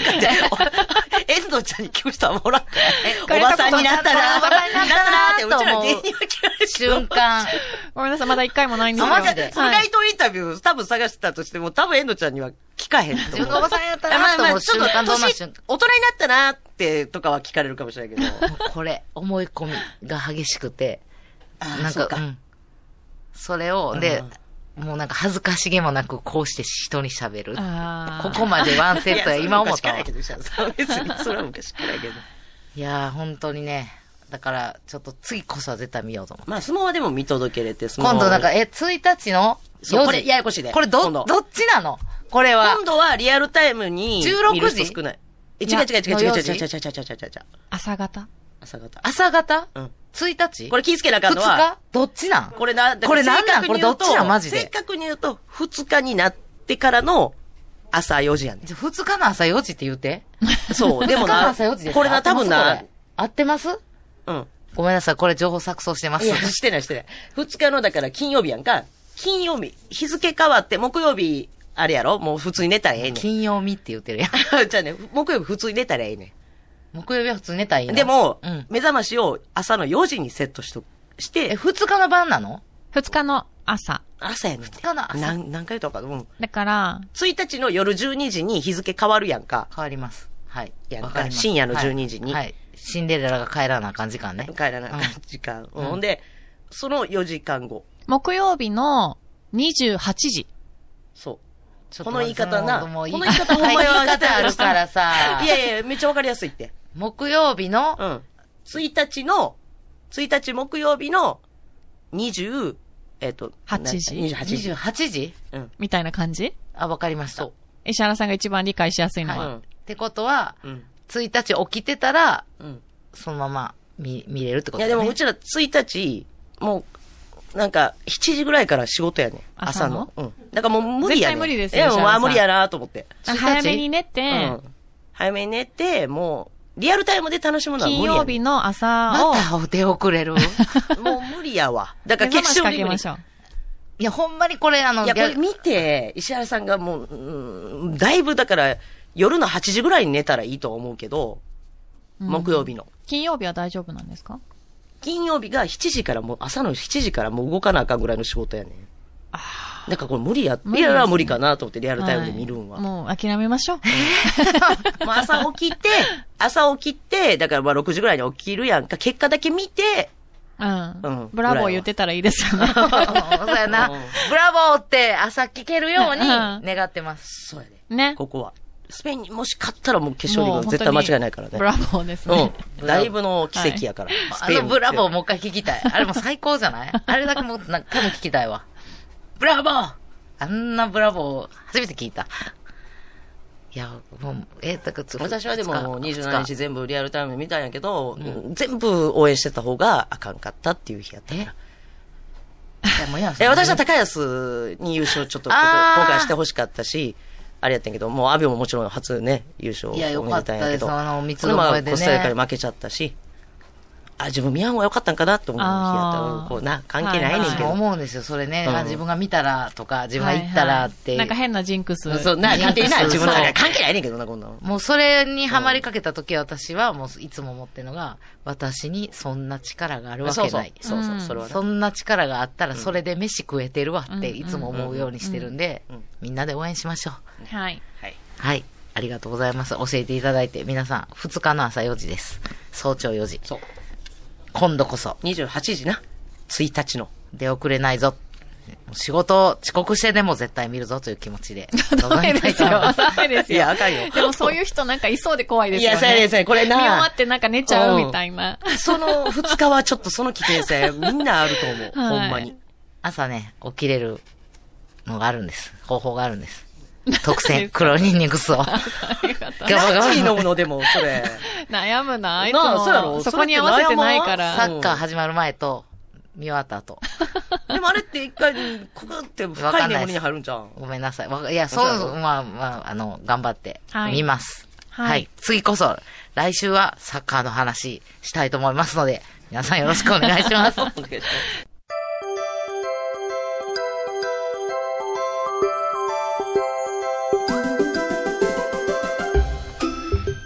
Speaker 3: 倒かって。遠藤ちゃんに聞く人はおらんから。
Speaker 5: か
Speaker 3: お
Speaker 5: れた
Speaker 3: ば
Speaker 5: こと
Speaker 3: さんになったな。
Speaker 4: おばさんにな
Speaker 3: おばさん
Speaker 4: ったな
Speaker 3: になったなって、うちら
Speaker 4: と思
Speaker 3: 芸
Speaker 4: う
Speaker 3: 人は聞かれるけど
Speaker 4: 瞬間。
Speaker 5: ごめんなさい、まだ一回もないんですよ。
Speaker 4: あマジで
Speaker 3: それ
Speaker 5: は
Speaker 3: 街
Speaker 5: い
Speaker 3: 頭インタビュー、多分探してたとしても、多分遠藤ちゃんには聞かへんと
Speaker 4: 自
Speaker 3: 思う。
Speaker 4: 分がおばさんやった
Speaker 3: ま
Speaker 4: な
Speaker 3: あ
Speaker 4: と
Speaker 3: ま
Speaker 4: 思う
Speaker 3: あ、ち
Speaker 4: 瞬
Speaker 3: ょっ
Speaker 4: 間、
Speaker 3: と
Speaker 4: どんな
Speaker 3: 年
Speaker 4: 瞬間。
Speaker 3: 大人になったなってとかは聞かれるかもしれないけど。
Speaker 4: もうこれ、思い込みが激しくて、
Speaker 3: あ
Speaker 4: なん
Speaker 3: そ
Speaker 4: か
Speaker 3: う、か
Speaker 4: うん。それを、で、もうなんか恥ずかしげもなく、こうして人に喋る。
Speaker 5: あ
Speaker 4: こ
Speaker 5: ー
Speaker 4: こまでワンセットや、
Speaker 3: いや
Speaker 4: 今思っ
Speaker 3: それ
Speaker 4: たわ
Speaker 3: は昔からやけ。ど、石原さん別に、それは昔からやけど。
Speaker 4: いやー、本当にね。だから、ちょっと次こそは絶対見ようと思って。
Speaker 3: まあ、相撲はでも見届けれて、相撲は
Speaker 4: 今度なんか、え、1日の
Speaker 3: そう
Speaker 4: 4時
Speaker 3: これややこしいね
Speaker 4: これど、
Speaker 3: 今
Speaker 4: ど
Speaker 3: 度
Speaker 4: っちなのこれは
Speaker 3: 今。度はリアルタイムに、
Speaker 4: 16
Speaker 3: 見る人少ない。え違う違う違う違う違う違う違う違う違う違う違う違う。
Speaker 5: 朝方
Speaker 3: 朝方。
Speaker 4: 朝方
Speaker 3: うん。
Speaker 4: ?1 日
Speaker 3: これ気ぃつけなあかん
Speaker 4: 2
Speaker 3: のは
Speaker 4: 日、どっちなん
Speaker 3: これな、だから
Speaker 4: これなんなん
Speaker 3: 正確に言うと
Speaker 4: これどっちなんマジで
Speaker 3: 正確に言うと、2日になってからの朝4時やね
Speaker 4: じゃあ2日の朝4時って言うて。 [LAUGHS]
Speaker 3: ん。そう、でも
Speaker 4: 2日の
Speaker 3: な
Speaker 4: 朝4時で、す
Speaker 3: これな、多分な、。
Speaker 4: 合ってますこれ合ってます
Speaker 3: うん。
Speaker 4: ごめんなさい、これ情報錯綜してます
Speaker 3: い。や、してないしてない。二日の、だから金曜日やんか。金曜日、日付変わって、木曜日、あれやろもう普通に寝たらええねん。
Speaker 4: 金曜日って言ってるやん。
Speaker 3: [LAUGHS] じゃあね、木曜日普通に寝たらええね
Speaker 4: 木曜日は普通に寝たらいい
Speaker 3: ん。
Speaker 4: の
Speaker 3: でも、
Speaker 4: うん。
Speaker 3: 目覚ましを朝の4時にセットしと、し
Speaker 4: え、
Speaker 3: て、
Speaker 4: 2日の晩なの
Speaker 5: 二日の朝。
Speaker 3: 朝やねん。二
Speaker 4: 日の朝
Speaker 3: なん、何回言ったかなうん。
Speaker 5: だから、
Speaker 3: 1日の夜12時に日付変わるやんか。
Speaker 4: 変わります。はい。
Speaker 3: やんか
Speaker 4: わかります
Speaker 3: 深夜の12時に
Speaker 4: はい。はいシンデレラが帰らなあかん時間ね。
Speaker 3: 帰らなあかん
Speaker 4: うん
Speaker 3: 時間。
Speaker 4: ん
Speaker 3: ほんで、その4時間後。
Speaker 5: 木曜日の28時。
Speaker 3: そう。
Speaker 4: ち
Speaker 3: こと
Speaker 4: ょっ
Speaker 3: の
Speaker 4: 待
Speaker 3: 言
Speaker 4: っ
Speaker 3: い
Speaker 4: て
Speaker 3: 方な。
Speaker 4: も
Speaker 3: こ
Speaker 4: う
Speaker 3: の
Speaker 4: も
Speaker 3: 言い
Speaker 4: う
Speaker 3: 方ほんま
Speaker 4: 言
Speaker 3: や
Speaker 4: い方あるからさ
Speaker 3: [LAUGHS] 。いやいや、めっちゃわかりやすいって。
Speaker 4: 木曜日の
Speaker 3: う、ん。1日の、1日木曜日の20、えっ、と、
Speaker 5: 8時
Speaker 3: な28時。
Speaker 4: 28時
Speaker 5: みたいな感じ
Speaker 4: あ、わかりました。
Speaker 3: そ
Speaker 5: 石原さんが一番理解しやすいのは。
Speaker 3: はい
Speaker 4: ってことは、
Speaker 3: うん。
Speaker 4: 1日起きてたら、
Speaker 3: うん。
Speaker 4: そのまま見、見れるってこ
Speaker 3: い
Speaker 4: と
Speaker 3: や、
Speaker 4: ね。
Speaker 3: でもうちら1日、もう、なんか、7時ぐらいから仕事やねん。朝
Speaker 5: 朝
Speaker 3: の
Speaker 5: の。
Speaker 3: うん。だからもう無理やねん。
Speaker 5: 絶対無理です
Speaker 3: い
Speaker 5: よ
Speaker 3: や、もう
Speaker 5: 石
Speaker 3: あ
Speaker 5: 原さん
Speaker 3: 無理やなと思って。
Speaker 5: あ早めに寝て、
Speaker 3: うん。早めに寝て、もう、リアルタイムで楽しむのは無理
Speaker 5: 金
Speaker 3: や
Speaker 5: 曜
Speaker 3: ね
Speaker 5: 日
Speaker 3: ん。
Speaker 5: の朝を
Speaker 4: ま、たお手遅れる
Speaker 3: もう無理やわ。だから
Speaker 5: 目覚
Speaker 3: 決
Speaker 5: まし
Speaker 3: 勝
Speaker 5: か
Speaker 3: リ
Speaker 5: け
Speaker 3: ング
Speaker 5: ま
Speaker 3: に
Speaker 5: しょう。
Speaker 4: いや、ほんまにこれ、あの、
Speaker 3: いや、これ
Speaker 4: 逆
Speaker 3: 見て、石原さんがもう、うん、だいぶだから、夜の8時ぐらいに寝たらいいと思うけど、
Speaker 5: うん
Speaker 3: 木曜日の。
Speaker 5: 金曜日は大丈夫なんですか
Speaker 3: 金曜日が7時からもう、朝の7時からもう動かなあかんぐらいの仕事やねん。だからこれ無理や、
Speaker 5: 無
Speaker 3: い
Speaker 5: 理ですね
Speaker 3: や、無理かなと思ってリアルタイムで見るんは。
Speaker 5: いもう諦めましょう。
Speaker 3: もう朝起きて、朝起きて、だからまあ6時ぐらいに起きるやんか、結果だけ見て、
Speaker 5: うん。
Speaker 3: うん
Speaker 5: ブラボー言ってたらいいですよね。
Speaker 4: うん [LAUGHS] そうやな
Speaker 3: うん。
Speaker 4: ブラボーって朝聞けるように
Speaker 5: うん
Speaker 4: 願ってます。
Speaker 3: そうやね。
Speaker 5: [LAUGHS] ね。
Speaker 3: ここは。スペインにもし勝ったらもう決勝リ
Speaker 5: も
Speaker 3: ー
Speaker 5: う
Speaker 3: グは絶対間違いないからね。
Speaker 5: ブラボーですね。
Speaker 3: うん。だいぶの奇跡やから。ス
Speaker 4: あ
Speaker 3: ペイン
Speaker 4: の
Speaker 3: も
Speaker 4: ブラボー
Speaker 3: 強い
Speaker 4: もう一回聞きたい。あれも最高じゃないあれだけもう何回も聞きたいわ。ブラボーあんなブラボー初めて聞いた。いや、もう、えだから
Speaker 3: 私はでも
Speaker 4: 二十
Speaker 3: 27日全部リアルタイムで見たんやけど、うん全部応援してた方があかんかったっていう日やったから。
Speaker 4: もういいや
Speaker 3: え、私は高安に優勝ちょっと今
Speaker 4: あー
Speaker 3: 回してほしかったし、あれやったんやけど、もうアビオももちろん初ね、優勝
Speaker 4: いやよ
Speaker 3: おめで
Speaker 4: かった
Speaker 3: たん
Speaker 4: です
Speaker 3: やけど。
Speaker 4: あの三つ
Speaker 3: で
Speaker 4: ど
Speaker 3: ま
Speaker 4: もえ
Speaker 3: あ
Speaker 4: でね
Speaker 3: コスタリカに負けちゃったし、あ、自分ミャンは良かったんかなと思う日やった
Speaker 5: あー
Speaker 3: うんこうな、関係ないねんけ
Speaker 4: 私
Speaker 3: ど。
Speaker 4: も思うんですよ、それね。
Speaker 3: うん
Speaker 4: あ自分が見たらとか、自分が行ったらっていう。
Speaker 5: はいはいなんか変なジンクス。
Speaker 3: そう、な、勝手にな、
Speaker 4: そう
Speaker 3: 自分の中で関係ないねんけどな、こんなの。
Speaker 4: もうそれにはまりかけた時は私はもういつも思ってるのが、私にそんな力があるわけ
Speaker 3: そ
Speaker 4: な
Speaker 3: う
Speaker 4: い。
Speaker 3: そう、そうそうう、
Speaker 5: ん
Speaker 3: それはね
Speaker 4: そんな力があったらそれで飯食えてるわっていつも思うようにしてるんで
Speaker 3: うんうんうん、
Speaker 4: みんなで応援しましょう。
Speaker 5: はい。
Speaker 3: はい。
Speaker 4: はい。ありがとうございます。教えていただいて、皆さん、2日の朝4時です。早朝4時。
Speaker 3: そう。
Speaker 4: 今度こそ、
Speaker 3: 28時な、1日の。
Speaker 4: 出遅れないぞ。仕事を遅刻してでも絶対見るぞという気持ちで。 [LAUGHS]
Speaker 5: ダメですよ。
Speaker 4: 臨みたいと思います
Speaker 5: ダメです
Speaker 3: いや、
Speaker 5: よ
Speaker 3: あ。かんよ。
Speaker 5: でもそういう人なんかいそうで怖いです
Speaker 3: い
Speaker 5: よね。
Speaker 3: や、そうやねん、そうやねんこれ
Speaker 5: 見終わ
Speaker 3: な
Speaker 5: っ。てなんか寝ちゃうみたいな。
Speaker 3: その2日はちょっとその危険性、みんなあると思う。ほ
Speaker 5: はい
Speaker 3: んまに。
Speaker 4: 朝ね、起きれるのがあるんです。方法があるん [LAUGHS] です。特
Speaker 5: 何で
Speaker 4: 選、
Speaker 5: すか
Speaker 4: 黒ニンニク酢を。 [LAUGHS] ガバガバ
Speaker 3: 何時に飲むのでも、それ。
Speaker 5: 悩むな、あいつ
Speaker 3: なあ
Speaker 5: も。
Speaker 3: そうやろ
Speaker 5: そこに合わせてないか
Speaker 3: それ
Speaker 5: ら。
Speaker 4: サッカー始まる前と、見終わった後。
Speaker 3: [LAUGHS] でもあれって一回、ここって深い眠りに入るんじゃん。
Speaker 4: ごめんなさい。わいや、そう、
Speaker 3: そう
Speaker 4: まあまあ、あの、頑張って
Speaker 5: はい
Speaker 4: 見ます。は。
Speaker 5: はいい
Speaker 4: 次こそ、来週はサッカーの話したいと思いますので、皆さんよろしくお願いします。
Speaker 3: お願いします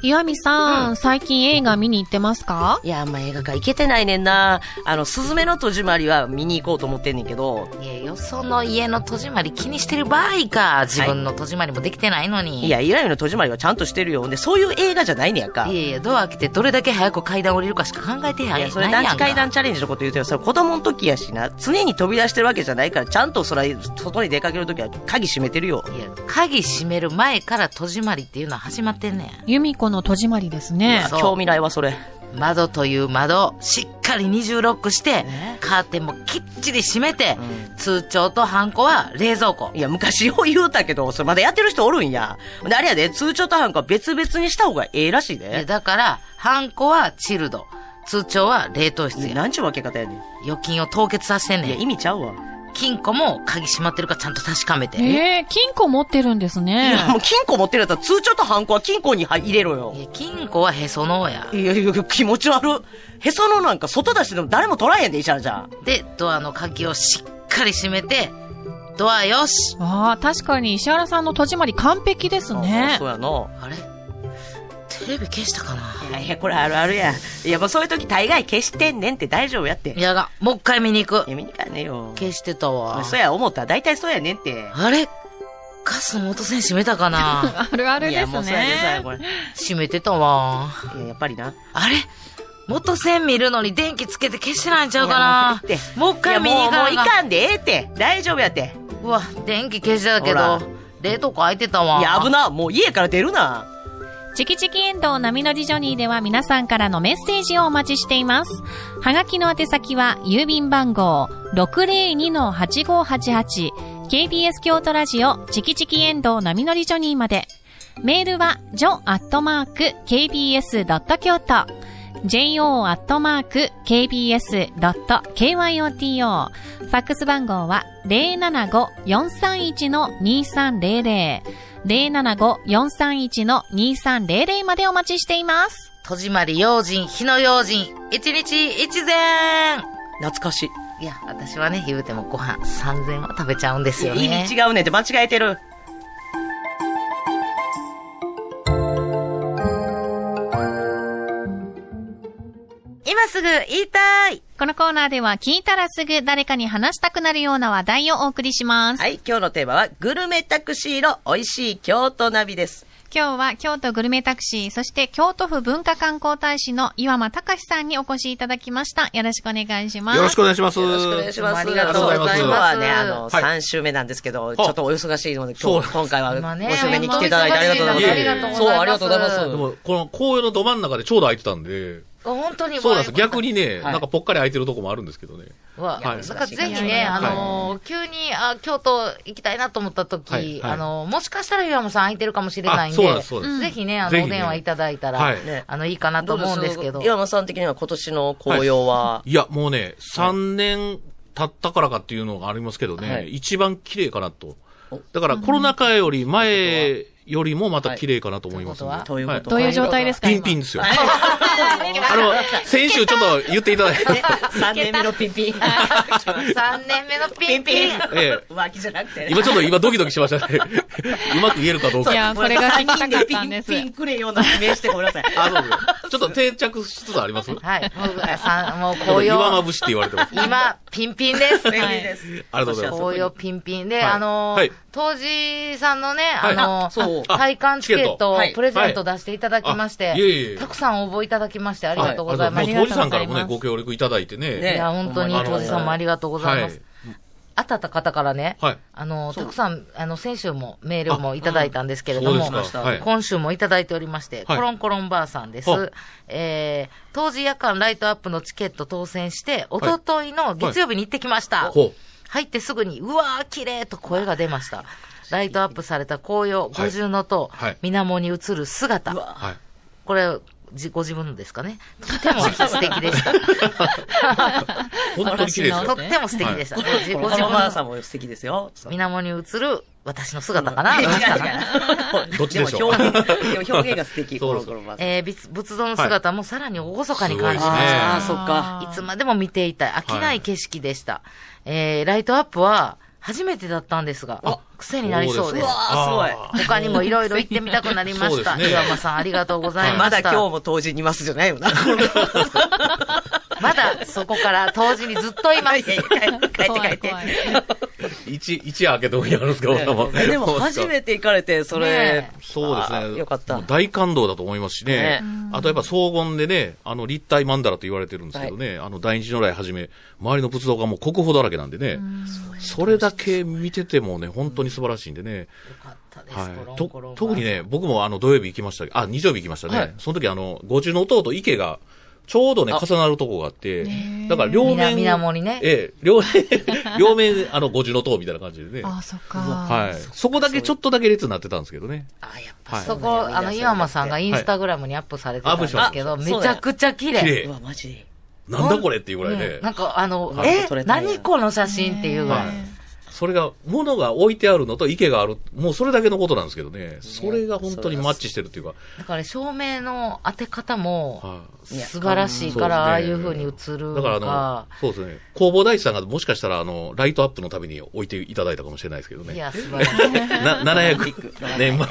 Speaker 5: 岩見さん、最近映画見に行ってますか
Speaker 3: いや、あんま映画館行けてないねんな。あの、すずめの戸締まりは見に行こうと思ってんねんけど、
Speaker 4: [LAUGHS] いや、よその家の戸締まり気にしてる場合か。自分の戸締まりもできてないのに。
Speaker 3: いや、イラミの戸締まりはちゃんとしてるよ。で、そういう映画じゃないねやんか。
Speaker 4: いやいや、ドア開けてどれだけ早く階段降りるかしか考えてへんやん。
Speaker 3: いや、それ
Speaker 4: ないや
Speaker 3: 短
Speaker 4: んか
Speaker 3: 期階段チャレンジのこと言うてるそれ子供の時やしな、常に飛び出してるわけじゃないから、ちゃんとそれ、外に出かける時は鍵閉めてるよ。
Speaker 4: いや、鍵閉める前から戸締まりっていうのは始まってんねん。
Speaker 5: 由美子の戸締まりですね
Speaker 4: や。そう
Speaker 3: 興味ないわ、それ。
Speaker 4: 窓という窓、しっかり二重ロックして、カーテンもきっちり閉めて、通帳とハンコは冷蔵庫。
Speaker 3: いや、昔よう言うたけど、それまだやってる人おるんや。で、あれやで、通帳とハンコは別々にした方がええらしい
Speaker 4: え
Speaker 3: で。
Speaker 4: だから、ハンコはチルド、通帳は冷凍室や。
Speaker 3: なんちゅう分け方やねん。
Speaker 4: 預金を凍結させてん
Speaker 3: いや、
Speaker 4: ねん。
Speaker 3: 意味ちゃうわ。
Speaker 4: 金庫も鍵閉まってるかちゃんと確かめて。いや
Speaker 5: えー、金庫持ってるんです
Speaker 3: い
Speaker 5: ね。
Speaker 3: や、もう金庫持ってるやったら通帳とハンコは金庫に入れろよ。
Speaker 4: 金庫はへその緒や。
Speaker 3: いやいや、気持ち悪。へそのなんか外出してでも誰も取らへんで、石原ちゃん。
Speaker 4: で、ドアの鍵をしっかり閉めて、ドアよし
Speaker 5: ああ、確かに石原さんの戸締まり完璧です
Speaker 3: あ
Speaker 5: ね
Speaker 3: そう。やな。
Speaker 4: あれテレビ消したかない
Speaker 3: やいや、これあるあるや。いや、もうそういう時大概消してんねんって大丈夫やって。い
Speaker 4: いやが、もう一回見に行く。
Speaker 3: や、見に行かねえよ。
Speaker 4: 消してたわ。
Speaker 3: そうや、思ったら大体そうやねんって。
Speaker 4: あれガスの元栓閉めたか [LAUGHS] な
Speaker 5: あるある
Speaker 3: い
Speaker 5: で
Speaker 3: や、
Speaker 5: す
Speaker 3: もうそうやねん、そうやねん
Speaker 5: ね。
Speaker 3: これ。い
Speaker 4: 閉めてたわ。
Speaker 3: や、やっぱりな。
Speaker 4: あれ元栓見るのに電気つけて消してないんちゃうかない
Speaker 3: や
Speaker 4: もう一
Speaker 3: いや、
Speaker 4: 回見に
Speaker 3: も
Speaker 4: 行
Speaker 3: う、も
Speaker 4: か
Speaker 3: う
Speaker 4: ないあか
Speaker 3: かんでええって。大丈夫やって。
Speaker 4: んうわ、電気消してたけ
Speaker 3: ほら
Speaker 4: ど、冷凍庫開いてたわ。
Speaker 3: いや、危な。もう家から出るな。
Speaker 5: チキチキエンドウ波乗りジョニーでは皆さんからのメッセージをお待ちしています。はがきの宛先は郵便番号 602-8588KBS 京都ラジオチキチキエンドウ波乗りジョニーまで。メールは j o h n k b s k y o t
Speaker 6: jo.kbs.kyoto。ファックス番号は075-431-2300。075-431-2300までお待ちしています。
Speaker 4: 戸締まり用心、日の用心、一日一善
Speaker 3: 懐かしい。
Speaker 4: いや、私はね、言うてもご飯3000は食べちゃうんですよね。
Speaker 3: 意味違うねって間違えてる。
Speaker 4: 今すぐ言いたい
Speaker 6: このコーナーでは聞いたらすぐ誰かに話したくなるような話題をお送りし
Speaker 5: [LAUGHS]
Speaker 6: ます。
Speaker 3: はい、今日のテーマは、グルメタクシーの美味しい京都ナビです。
Speaker 6: 今日は京都グルメタクシー、そして京都府文化観光大使の岩間隆さんにお越しいただきました。よろしくお願いします。
Speaker 7: よろしくお願いします。
Speaker 3: よろしくお願いします。
Speaker 4: ありが
Speaker 7: とうございます
Speaker 3: 今日はね、あの、
Speaker 7: はい
Speaker 3: 3週目なんですけど、ちょっとお忙しいので、
Speaker 7: そ
Speaker 3: 今
Speaker 7: う
Speaker 3: 日、今回は
Speaker 4: まあね
Speaker 3: 娘に来ていただいてありがとうございます。
Speaker 7: ありがとうございます
Speaker 3: そう、ありがとうございます。
Speaker 7: でも、この紅葉のど真ん中でちょうど空いてたんで、
Speaker 4: 本当に
Speaker 7: そうなんです。逆
Speaker 4: に。
Speaker 7: にね、
Speaker 3: はい
Speaker 7: なんかぽっかり空いてるとこもあるんですけどね。
Speaker 4: わ
Speaker 7: はい
Speaker 4: だからぜひ
Speaker 6: いやい
Speaker 4: ね、
Speaker 6: や
Speaker 4: あのー、急に、あ、京都行きたいなと思った時、
Speaker 7: はいはい
Speaker 4: あのー、もしかしたら岩本さん空いてるかもしれないんで、
Speaker 7: あそうなんですそうです
Speaker 4: ぜひね、あ
Speaker 7: ぜ
Speaker 4: の、
Speaker 7: ひ
Speaker 4: お
Speaker 7: ね
Speaker 4: 電話いただいたら、
Speaker 7: はい
Speaker 3: ね
Speaker 4: あの、いいかなと思うんですけど。
Speaker 3: 岩間さん的には今年の紅葉は、
Speaker 7: いや、もうね、3年経ったからかっていうのがありますけどね、
Speaker 3: はい
Speaker 7: 一番綺麗かなと
Speaker 3: お。
Speaker 7: だからコロナ禍より前よりもまた綺麗かなと思いますんで、
Speaker 4: はい
Speaker 3: ということ
Speaker 5: ど
Speaker 3: は
Speaker 5: ういう状態ですか
Speaker 7: ピ
Speaker 5: 今
Speaker 7: ンピンですよ。
Speaker 3: はい
Speaker 7: あ [LAUGHS] の、先週ちょっと言っていただ
Speaker 3: [LAUGHS]
Speaker 7: いて、
Speaker 3: 三年目のピンピン。
Speaker 4: 3年目のピンピン。
Speaker 7: ええ
Speaker 3: 浮気じゃなくてね。
Speaker 7: 今ちょっと今ドキドキしましたね。 [LAUGHS] うまく言えるかどうか
Speaker 5: い。や、これが聞きたかったん
Speaker 3: ピ
Speaker 5: で
Speaker 3: ン
Speaker 5: す。
Speaker 3: ピンくれような指名してごめんなさい。
Speaker 7: あ、そうですちょっと定着しつつあります [LAUGHS]
Speaker 4: はい。もう、さんもう
Speaker 7: ちょっと
Speaker 4: 紅
Speaker 7: 岩ま
Speaker 4: 葉、
Speaker 7: ぶしって言われてます。
Speaker 4: 今、ピンピン
Speaker 7: [LAUGHS]
Speaker 4: です。
Speaker 3: ピンピンです。
Speaker 7: ありがとうございます
Speaker 4: 紅葉ピンピンで、
Speaker 7: はい
Speaker 4: あのー
Speaker 7: はい
Speaker 4: 当時さんのね、あ
Speaker 7: い
Speaker 4: の
Speaker 3: あそう
Speaker 4: ー、体感チケットを
Speaker 3: はい
Speaker 4: プレゼント出していただきまして、
Speaker 7: はいあいえいえ
Speaker 4: たくさん応募いただきまして、ありがとうございま
Speaker 7: は
Speaker 4: す。
Speaker 7: も
Speaker 4: いう
Speaker 7: 当時さんからもね、ご協力いただいてね。
Speaker 3: ね
Speaker 4: や、本当に
Speaker 7: あの
Speaker 4: 当時さんもありがとうございます。当たった方からね、
Speaker 7: はい
Speaker 4: あのー、たくさん、あの、先週もメールもいただいたんですけれ
Speaker 7: そ
Speaker 4: ど
Speaker 7: う
Speaker 4: も、
Speaker 7: ですか。はい。
Speaker 4: 今週もいただいておりまして、
Speaker 7: はい
Speaker 4: コロンコロンばあさんです
Speaker 7: は。
Speaker 4: えー、当時夜間ライトアップのチケット当選して、おとといの月曜日に行ってきました。
Speaker 7: ほ
Speaker 4: 入ってすぐに、うわー、綺麗と声が出ました。ライトアップされた紅葉、五重の塔、
Speaker 7: はい
Speaker 4: 水面に映る姿。
Speaker 7: う。はい。
Speaker 4: これ、じご自分のですかね。と
Speaker 7: [LAUGHS]
Speaker 4: ても素敵でした。
Speaker 7: 本当に綺麗です
Speaker 4: と
Speaker 7: よ。
Speaker 4: っても素敵でした。ご自
Speaker 3: こ
Speaker 4: ご
Speaker 3: の
Speaker 4: 自
Speaker 3: お
Speaker 4: 分
Speaker 3: ばあ
Speaker 4: の
Speaker 3: さんも素敵ですよ。
Speaker 4: 水面に映る私の姿かな。
Speaker 3: 違う違 [LAUGHS] う。
Speaker 7: どっちでしょう
Speaker 3: も表現でも表現が素敵、
Speaker 7: [LAUGHS] そ
Speaker 3: コ
Speaker 7: う
Speaker 3: ロ
Speaker 7: そう
Speaker 3: コロバーさん
Speaker 4: えー仏仏像の姿もさらに厳かに感じま
Speaker 7: はいすごいで
Speaker 4: した。
Speaker 7: すね
Speaker 3: ああ、そっか。
Speaker 4: いつまでも見ていたい。飽きない景色でした。えー、ライトアップは初めてだったんですが、癖になりそうです。
Speaker 7: あ
Speaker 4: 他にもいろいろ行ってみたくなりました。
Speaker 7: そうですね
Speaker 4: 岩間さんありがとうございま
Speaker 3: まだ
Speaker 4: した。
Speaker 3: 今日も当時にいますじゃないよな。
Speaker 4: まだそこから当時にずっといま
Speaker 3: はい、
Speaker 4: す
Speaker 3: 帰。って帰って。
Speaker 7: すごい。一、一夜明けてもやるんですけど、
Speaker 3: えでも初
Speaker 7: て。
Speaker 3: めて行かれて、それ
Speaker 4: ね。
Speaker 7: そうですね。
Speaker 3: よかった。
Speaker 7: 大感動だと思いますしね
Speaker 3: ね。
Speaker 7: あとやっぱ荘厳でね、あの立体曼荼羅と言われてるんですけどね、あの大日如来はじめ、周りの仏像がもう国宝だらけなんでね、それだけ見ててもね、本当に素晴らしいんでね。
Speaker 4: よかったです
Speaker 7: はい。
Speaker 4: コロ
Speaker 7: と
Speaker 4: ンコロン
Speaker 7: 特にね、僕もあの土曜日行きましたけど、あ、日曜日行きましたね。
Speaker 3: はい
Speaker 7: その時あの、五重の塔と池が、ちょうどね、重なるとこがあって、だから両面、
Speaker 4: みな水面にね
Speaker 7: ええ、両面、両面、あの、五重の塔みたいな感じでね。
Speaker 5: あ、そっか。
Speaker 7: はい。そこだけちょっとだけ列になってたんですけどね。
Speaker 3: あ、やっぱ
Speaker 7: はい。
Speaker 4: そこ、あの、岩間さんがインスタグラムにアップされてたんですけど、
Speaker 3: はいアップ
Speaker 4: め
Speaker 3: しました
Speaker 4: ちゃくちゃ綺
Speaker 7: 綺
Speaker 4: 麗。
Speaker 7: 麗
Speaker 3: う。わ、マジで。
Speaker 7: なんだこれっていうぐらい
Speaker 4: うん
Speaker 7: ね
Speaker 4: な。んか、あの、
Speaker 7: はい
Speaker 4: え
Speaker 3: 撮れ、たんや
Speaker 4: 何この写真っていうぐらい
Speaker 7: は。い。それが、物が置いてあるのと池がある、もうそれだけのことなんですけどね。それが本当にマッチしてるっていうか。
Speaker 4: だから、照明の当て方も、
Speaker 7: はい。
Speaker 4: 素晴らしい
Speaker 7: そう
Speaker 4: か
Speaker 7: ですね
Speaker 4: ら、ああいう風に映る
Speaker 7: だ
Speaker 4: の
Speaker 7: からあ
Speaker 4: か
Speaker 7: の、、そうですね。工房大師さんがもしかしたら、あの、ライトアップのために置いていただいたかもしれないですけど
Speaker 4: い
Speaker 7: ね。
Speaker 4: や、素晴らしい。
Speaker 7: な、700年前、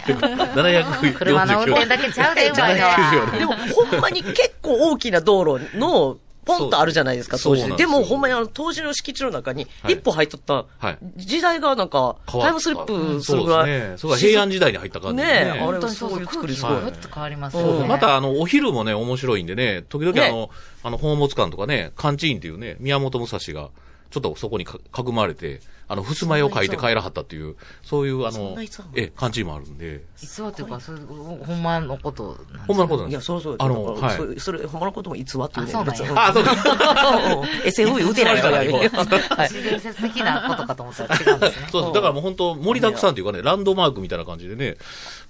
Speaker 7: 749
Speaker 4: 車の運転だけ
Speaker 7: [LAUGHS]
Speaker 4: ちゃうで、うまいのは。
Speaker 3: でも、ほんまに結構大きな道路
Speaker 7: [LAUGHS]
Speaker 3: の、ポンとあるじゃないですか、
Speaker 7: そう
Speaker 3: 当
Speaker 7: そう
Speaker 3: 時
Speaker 7: なん
Speaker 3: で。
Speaker 7: です
Speaker 3: で
Speaker 7: よ
Speaker 3: も、ほんまにあの、当時の敷地の中に、
Speaker 7: はい
Speaker 3: 一歩入っとった
Speaker 7: はい、
Speaker 3: 時代がなんか、
Speaker 7: 変
Speaker 3: タ
Speaker 7: わった
Speaker 3: イムスリップするぐ
Speaker 7: そう
Speaker 3: ら
Speaker 7: ですね。
Speaker 3: い。
Speaker 7: それが平安時代に入った感じで
Speaker 3: ねえあ
Speaker 7: ね
Speaker 3: れ。
Speaker 4: 本当にそうそう、
Speaker 3: そう
Speaker 4: 空
Speaker 3: いう作り
Speaker 4: 気
Speaker 3: す
Speaker 4: が
Speaker 7: ごい
Speaker 4: ふっと変わります
Speaker 7: そう
Speaker 4: よね。
Speaker 7: また、あの、お昼もね、面白いんでね、時々あの、あの、宝物館とかね、館地院っていうね、宮本武蔵が、ちょっとそこにかかぐまわれて、あの、襖絵を描いて帰らはったっていう、そういう、あの
Speaker 3: な逸話も、
Speaker 7: え、感じもあるんで、
Speaker 4: そうっていうか、それ、ほんまのことなんです
Speaker 7: ほんまの
Speaker 4: よ
Speaker 7: ことなん
Speaker 3: い
Speaker 7: で
Speaker 3: や、
Speaker 7: す
Speaker 3: そうそう。
Speaker 7: あの、
Speaker 3: だから
Speaker 7: はい
Speaker 3: そ。れ、それ、ほんまのことも逸話っていうね。
Speaker 4: あそうなんや
Speaker 7: [LAUGHS] あ、そうか。
Speaker 3: [LAUGHS] SF 言うてない人や
Speaker 7: [LAUGHS] そうなん。
Speaker 3: はい
Speaker 4: 伝説的なことかと思ったら違うんですね
Speaker 7: [LAUGHS] そうですだからもう本当、盛りだくさんというかね、ランドマークみたいな感じでね、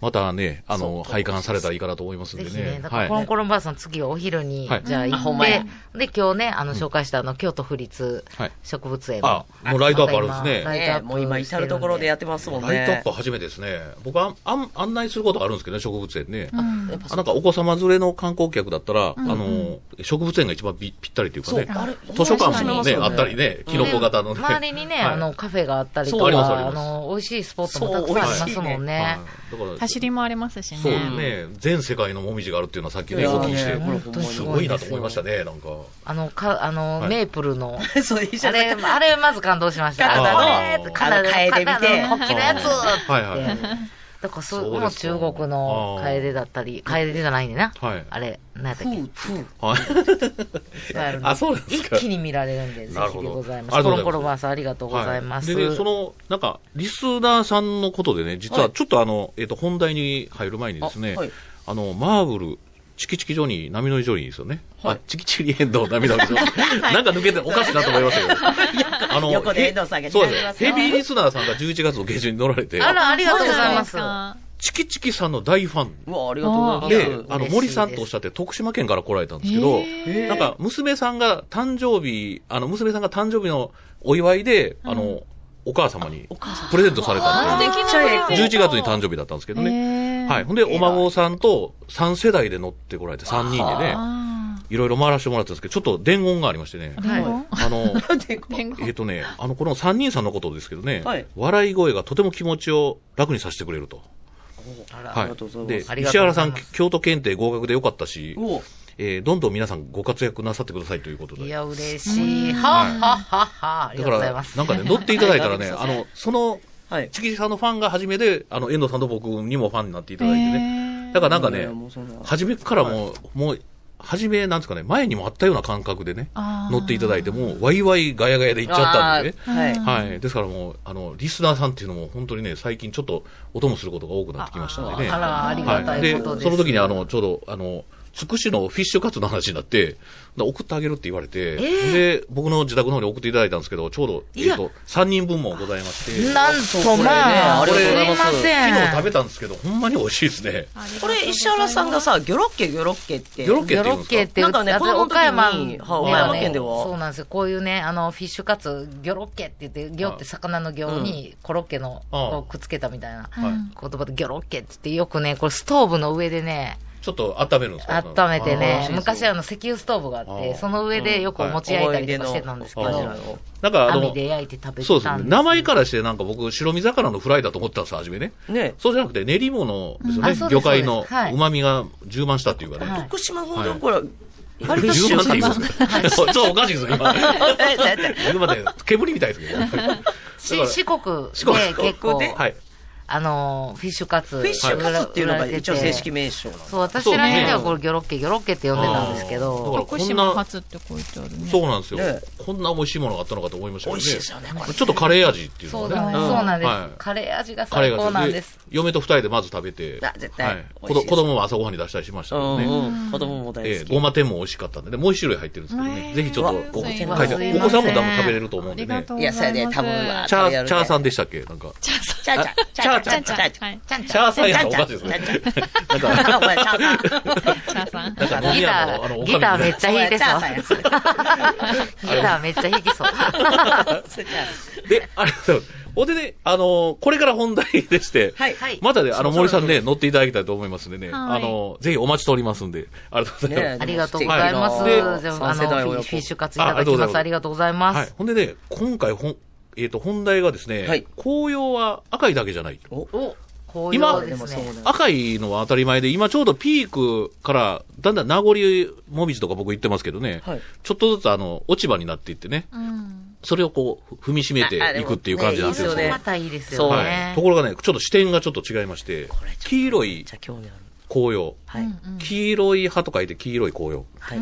Speaker 7: またね、あの、拝観されたらいいかなと思いますん
Speaker 4: ぜ
Speaker 7: で
Speaker 4: ひね
Speaker 7: ね、。
Speaker 4: だからコロ
Speaker 7: は
Speaker 4: ンコロンばあさん次はお昼に
Speaker 7: はい、
Speaker 4: じゃあ行
Speaker 3: ほんまや
Speaker 4: って、で、今日ね、あの、紹介したあの、京都府立
Speaker 7: はい
Speaker 4: 植物園
Speaker 7: あ
Speaker 4: の。
Speaker 7: もうライトアップあるんですね
Speaker 4: また今ライトアッ
Speaker 3: ね
Speaker 4: プ
Speaker 3: もう今至るところでやってますもんね。
Speaker 7: い。ライトアップ初めてですね。僕はあん案内することがあるんですけどね、植物園ね。
Speaker 3: やっぱ
Speaker 7: あ
Speaker 3: そ
Speaker 7: なんかお子様連れの観光客だったら、あの、植物園が一番びぴったりというかね
Speaker 3: そうあれ、
Speaker 7: 図書館も
Speaker 3: 確か
Speaker 7: ね、
Speaker 3: に
Speaker 7: あったりね、キノコ型のね。
Speaker 4: 周りにね、
Speaker 7: はい
Speaker 4: あの、カフェがあったりと
Speaker 7: そうありますあ
Speaker 4: か、
Speaker 7: り
Speaker 4: あ
Speaker 7: ます
Speaker 4: の、美味しいスポットもたくさんありますもん
Speaker 7: はい
Speaker 4: ね。
Speaker 7: だから
Speaker 6: 走り回れますしね。
Speaker 7: そうね、全世界のもみじがあるっていうのはさっきね、
Speaker 3: いやー
Speaker 7: 動きして、
Speaker 3: ね
Speaker 4: 本当に
Speaker 7: すごいなと思いましたね、なんか。
Speaker 4: あの、か、あの
Speaker 7: は、い
Speaker 4: メープ
Speaker 3: [LAUGHS]
Speaker 4: ルの、
Speaker 3: そう、一
Speaker 4: あ
Speaker 3: 緒
Speaker 4: れ、
Speaker 3: だ
Speaker 4: あれ、まず感動しました。
Speaker 7: カナダの
Speaker 4: あカナダ
Speaker 3: あの
Speaker 4: カ
Speaker 3: 楓見て
Speaker 4: ナダの国旗のやつ
Speaker 7: はいはい。
Speaker 4: だからそ、
Speaker 7: そうう
Speaker 4: もう
Speaker 7: です
Speaker 4: 中
Speaker 7: か
Speaker 4: 国の楓だったり、楓じゃないねんな。
Speaker 7: はい
Speaker 4: あれ、何やったっけ
Speaker 3: ふう、ふう。
Speaker 4: そうやるの
Speaker 7: あ、そうなんですか。
Speaker 4: 一気に見られるんで、ぜ
Speaker 7: なる
Speaker 4: ひ
Speaker 7: ほ
Speaker 4: で
Speaker 7: ど
Speaker 4: ございま
Speaker 7: あ
Speaker 4: す。コ
Speaker 7: りがと
Speaker 4: ロ
Speaker 7: う
Speaker 4: ンコ
Speaker 7: ござ
Speaker 4: ロン
Speaker 7: います
Speaker 4: バーさんありがとうございます。
Speaker 7: でね、その、なんか、リスナーさんのことでね、実はちょっとあの、えっと、本題に入る前にですね
Speaker 3: あはい、
Speaker 7: あの、マーブル、チキチキジョニー、波乗りジョニーですよね。
Speaker 3: はい
Speaker 7: あチキチキエンドウ、波乗りジョ
Speaker 3: [LAUGHS]
Speaker 7: ニー。なんか抜けておかしいなと思いましたけど。あ
Speaker 3: 横で遠藤さんが
Speaker 7: へそうで。
Speaker 3: やりますす
Speaker 7: ヘ
Speaker 3: よ
Speaker 7: ビーリスナーさんが11月の下旬に乗られて、
Speaker 4: あら、ありがとうござい
Speaker 6: で
Speaker 4: ますす。
Speaker 6: か。
Speaker 7: チキチキさんの大ファン
Speaker 3: うわ、ありがとうござい
Speaker 7: で
Speaker 3: ます、。
Speaker 7: あの、
Speaker 4: 嬉しい
Speaker 7: 森さんとおっしゃって、徳島県から来られたんですけど、なんか、娘さんが誕生日、あの、娘さんが誕生日のお祝いで、あの、お母様にプレゼントされたんですよ。
Speaker 3: めっちゃええ子
Speaker 7: 11月に誕生日だったんですけどね。はい。ほんで、お孫さんと3世代で乗ってこられて、3人でね、いろいろ回らせてもらったんですけど、ちょっと伝言がありましてね、
Speaker 4: はい。
Speaker 7: あの、
Speaker 3: でこ
Speaker 7: えっとね、あの、この3人さんのことですけどね、
Speaker 3: はい
Speaker 7: 笑い声がとても気持ちを楽にさせてくれると。
Speaker 3: あら、あ
Speaker 7: は
Speaker 3: りがとうございます。
Speaker 4: あ
Speaker 7: で、
Speaker 4: りが
Speaker 7: 石
Speaker 4: とうご
Speaker 7: 原
Speaker 4: ざ
Speaker 7: さ
Speaker 4: い
Speaker 7: ん
Speaker 4: ます、
Speaker 7: 京都検定合格でよかったし、
Speaker 3: おう
Speaker 7: えーどんどん皆さんご活躍なさってくださいということ
Speaker 4: い
Speaker 7: で。
Speaker 4: や、嬉しい。はっはっはっは。ありがと
Speaker 7: だか
Speaker 4: うござい
Speaker 7: ら
Speaker 4: ま、す。
Speaker 7: なんかね、
Speaker 4: [LAUGHS]
Speaker 7: 乗っていただいたらね、
Speaker 4: あ
Speaker 7: あの、その、
Speaker 3: はい。
Speaker 7: チキチキさんのファンが初めで、あの、遠藤さんと僕にもファンになっていただいてね。だからなんか
Speaker 3: い
Speaker 7: ね
Speaker 3: やもうそんな、
Speaker 7: 初めからもう、もう、初め、なんですかね、前にもあったような感覚でね、乗っていただいて、もう、ワイワイガヤガヤで行っちゃったんでね。
Speaker 3: あーはい。
Speaker 7: はい。ですからもう、あの、リスナーさんっていうのも本当にね、最近ちょっとお供することが多くなってきましたんでね。
Speaker 4: あら、ありがた
Speaker 7: はいで、
Speaker 4: ことです。
Speaker 7: その時にあの、ちょうど、あの、つくしのフィッシュカツの話になって、だ送ってあげるって言われて、で、僕の自宅の方に送っていただいたんですけど、ちょうど、えっ、と、3人分もございまして、
Speaker 4: なんとまあ、
Speaker 3: そうこれねありがとうございます
Speaker 4: すいません。
Speaker 7: 昨日食べたんですけど、ほんまに美味しいですね。
Speaker 3: これ、石原さんがさ、ギョロッケ、ギョロッケって。
Speaker 7: よろけ
Speaker 4: ギョ
Speaker 7: って言
Speaker 4: ロ
Speaker 7: うん
Speaker 4: ッ
Speaker 7: で
Speaker 4: ケっ
Speaker 7: すか
Speaker 4: て言
Speaker 3: な
Speaker 4: う
Speaker 3: んかね
Speaker 4: あと
Speaker 3: 子供の時に
Speaker 4: 岡山
Speaker 3: はい岡山県では
Speaker 4: そうなんですよ。こういうね、あの、フィッシュカツ、ギョロッケって言って、ギョって魚のギョにコロッケの
Speaker 7: ああ
Speaker 4: こうくっつけたみたいな
Speaker 7: は
Speaker 4: 言
Speaker 7: い
Speaker 4: 葉でギョロッケって言って、よくね、これストーブの上でね、
Speaker 7: ちょっと温めるんですか
Speaker 4: 温めて
Speaker 3: あ
Speaker 4: ね
Speaker 3: あ、
Speaker 4: 昔あの石油ストーブがあっ
Speaker 7: ああ
Speaker 4: て、その上でよく持ち焼いたりとかしてたんですけ
Speaker 7: うん思い出
Speaker 4: ど
Speaker 7: の、なんかあ
Speaker 4: 網
Speaker 7: の、
Speaker 4: で焼いて食べてたんです
Speaker 7: そうですね。名前からしてなんか僕、白身魚のフライだと思ってたんです、初めね。
Speaker 3: ね
Speaker 7: そうじゃなくて練り物ですよね。
Speaker 4: あそうです
Speaker 7: 魚介の
Speaker 4: そうですはい
Speaker 7: 旨味が充満したっていうかね。
Speaker 4: はい
Speaker 3: 福島ほど、
Speaker 7: はい
Speaker 3: これ、割と
Speaker 7: [LAUGHS] 充
Speaker 3: 新
Speaker 7: 満って
Speaker 3: 鮮
Speaker 7: 言い
Speaker 3: な
Speaker 7: ますね。 [LAUGHS] ちょっとおかしいですよ、今。今ね、煙みたいですけど。だから
Speaker 4: し四国
Speaker 7: 四国
Speaker 4: で結構、
Speaker 7: はい。
Speaker 4: あの、フィッシュカツ。
Speaker 3: フィッシュカツっていうのが一応正式名称なの。
Speaker 4: そう、私ら辺ではこれギョロッケ、ギョロッケって呼んでたんですけ
Speaker 7: だか
Speaker 4: ど、
Speaker 7: らこ
Speaker 5: 福
Speaker 7: ん
Speaker 5: 島
Speaker 7: な、
Speaker 5: 発って書いてあるね。
Speaker 7: そうなんですよ
Speaker 3: ね。
Speaker 7: こんな美味しいものがあったのかと思いましたけどね。
Speaker 3: 美味しいですよねこれ
Speaker 7: ちょっとカレー味っていう
Speaker 4: そ
Speaker 7: の
Speaker 4: う
Speaker 7: が
Speaker 4: なん
Speaker 7: ね。
Speaker 4: です。そうなんで
Speaker 7: はい
Speaker 4: す。カレー味が
Speaker 7: カレ
Speaker 4: 最
Speaker 7: ー
Speaker 4: 高な
Speaker 7: が
Speaker 4: ん
Speaker 7: で
Speaker 4: です。
Speaker 7: 嫁と二人でまず食べて、
Speaker 3: あ絶対
Speaker 7: はい
Speaker 3: 美味
Speaker 7: 子
Speaker 3: しいです
Speaker 7: 子供も朝ごはんに出したりしましたけどね。
Speaker 3: うんうん。子供も大
Speaker 7: ええ
Speaker 3: 好き。
Speaker 7: ごま天も美味しかったんでね、もう一種類入ってるんですけどね。ぜひちょっと、お書いて
Speaker 3: うわ
Speaker 7: あるお子さんも多分食べれると思うん
Speaker 6: あり
Speaker 7: で
Speaker 6: が
Speaker 7: ね
Speaker 6: と。う
Speaker 3: い
Speaker 6: ござい
Speaker 3: や、
Speaker 6: ます。
Speaker 3: それで多分は。
Speaker 7: チャー、チャーさ
Speaker 3: ん。
Speaker 7: んでしたっけなんか。
Speaker 3: チャーチャー。チャーチャー。チャーチャー。
Speaker 6: はい。
Speaker 4: ちゃんち
Speaker 7: チ
Speaker 4: ゃん。
Speaker 7: ャーさんやったらおかしいですね。
Speaker 3: だから、お前、チャーさん。
Speaker 6: チャーさん。
Speaker 7: なんか飲み
Speaker 4: ギタ
Speaker 7: 屋のあの
Speaker 4: ー、
Speaker 7: お
Speaker 4: ギターめっちゃ弾いてそう。
Speaker 3: そうやチャー
Speaker 4: ギターめっちゃ弾き
Speaker 7: [LAUGHS]
Speaker 4: そう。
Speaker 7: で、ありがとうございます。ほんでね、あのーこれから本題でして、
Speaker 3: はい
Speaker 4: はい
Speaker 7: またね、あ
Speaker 3: そ
Speaker 7: の、
Speaker 3: ろ
Speaker 7: 森
Speaker 3: そ
Speaker 7: さ
Speaker 3: ろ
Speaker 7: んね、乗っていただきたいと思いますんでね、
Speaker 6: はい
Speaker 7: あのーぜひお待ちしておりますんで、ありがとうございます。
Speaker 4: ありがとうございます。
Speaker 7: で
Speaker 4: じゃあ、あの、フィッシュカツいただきます。ありがとうござい
Speaker 7: は
Speaker 4: ま
Speaker 7: い
Speaker 4: す。。
Speaker 7: ほんでね、今回、ほん、えっ、と、本題がですね、
Speaker 3: はい
Speaker 7: 紅葉は赤いだけじゃない。
Speaker 3: お、
Speaker 4: こういう
Speaker 7: 今
Speaker 4: のですね。
Speaker 7: 赤いのは当たり前で、今ちょうどピークから、だんだん名残もみじとか僕言ってますけどね、
Speaker 3: はい
Speaker 7: ちょっとずつあの、落ち葉になっていってね、それをこう、踏みしめて
Speaker 3: ああで
Speaker 7: い
Speaker 3: も
Speaker 7: くっていう感じなんですよ。
Speaker 3: ねいいですよね
Speaker 4: またいいですよ
Speaker 7: はい
Speaker 4: ね。
Speaker 7: ところがね、ちょっと視点がちょっと違いまして
Speaker 3: れちょっ、と
Speaker 7: 黄色い
Speaker 3: じゃあ興味ある。
Speaker 7: 紅葉、
Speaker 3: はい。
Speaker 7: 黄色い葉と書いて黄色い紅葉。
Speaker 3: はい。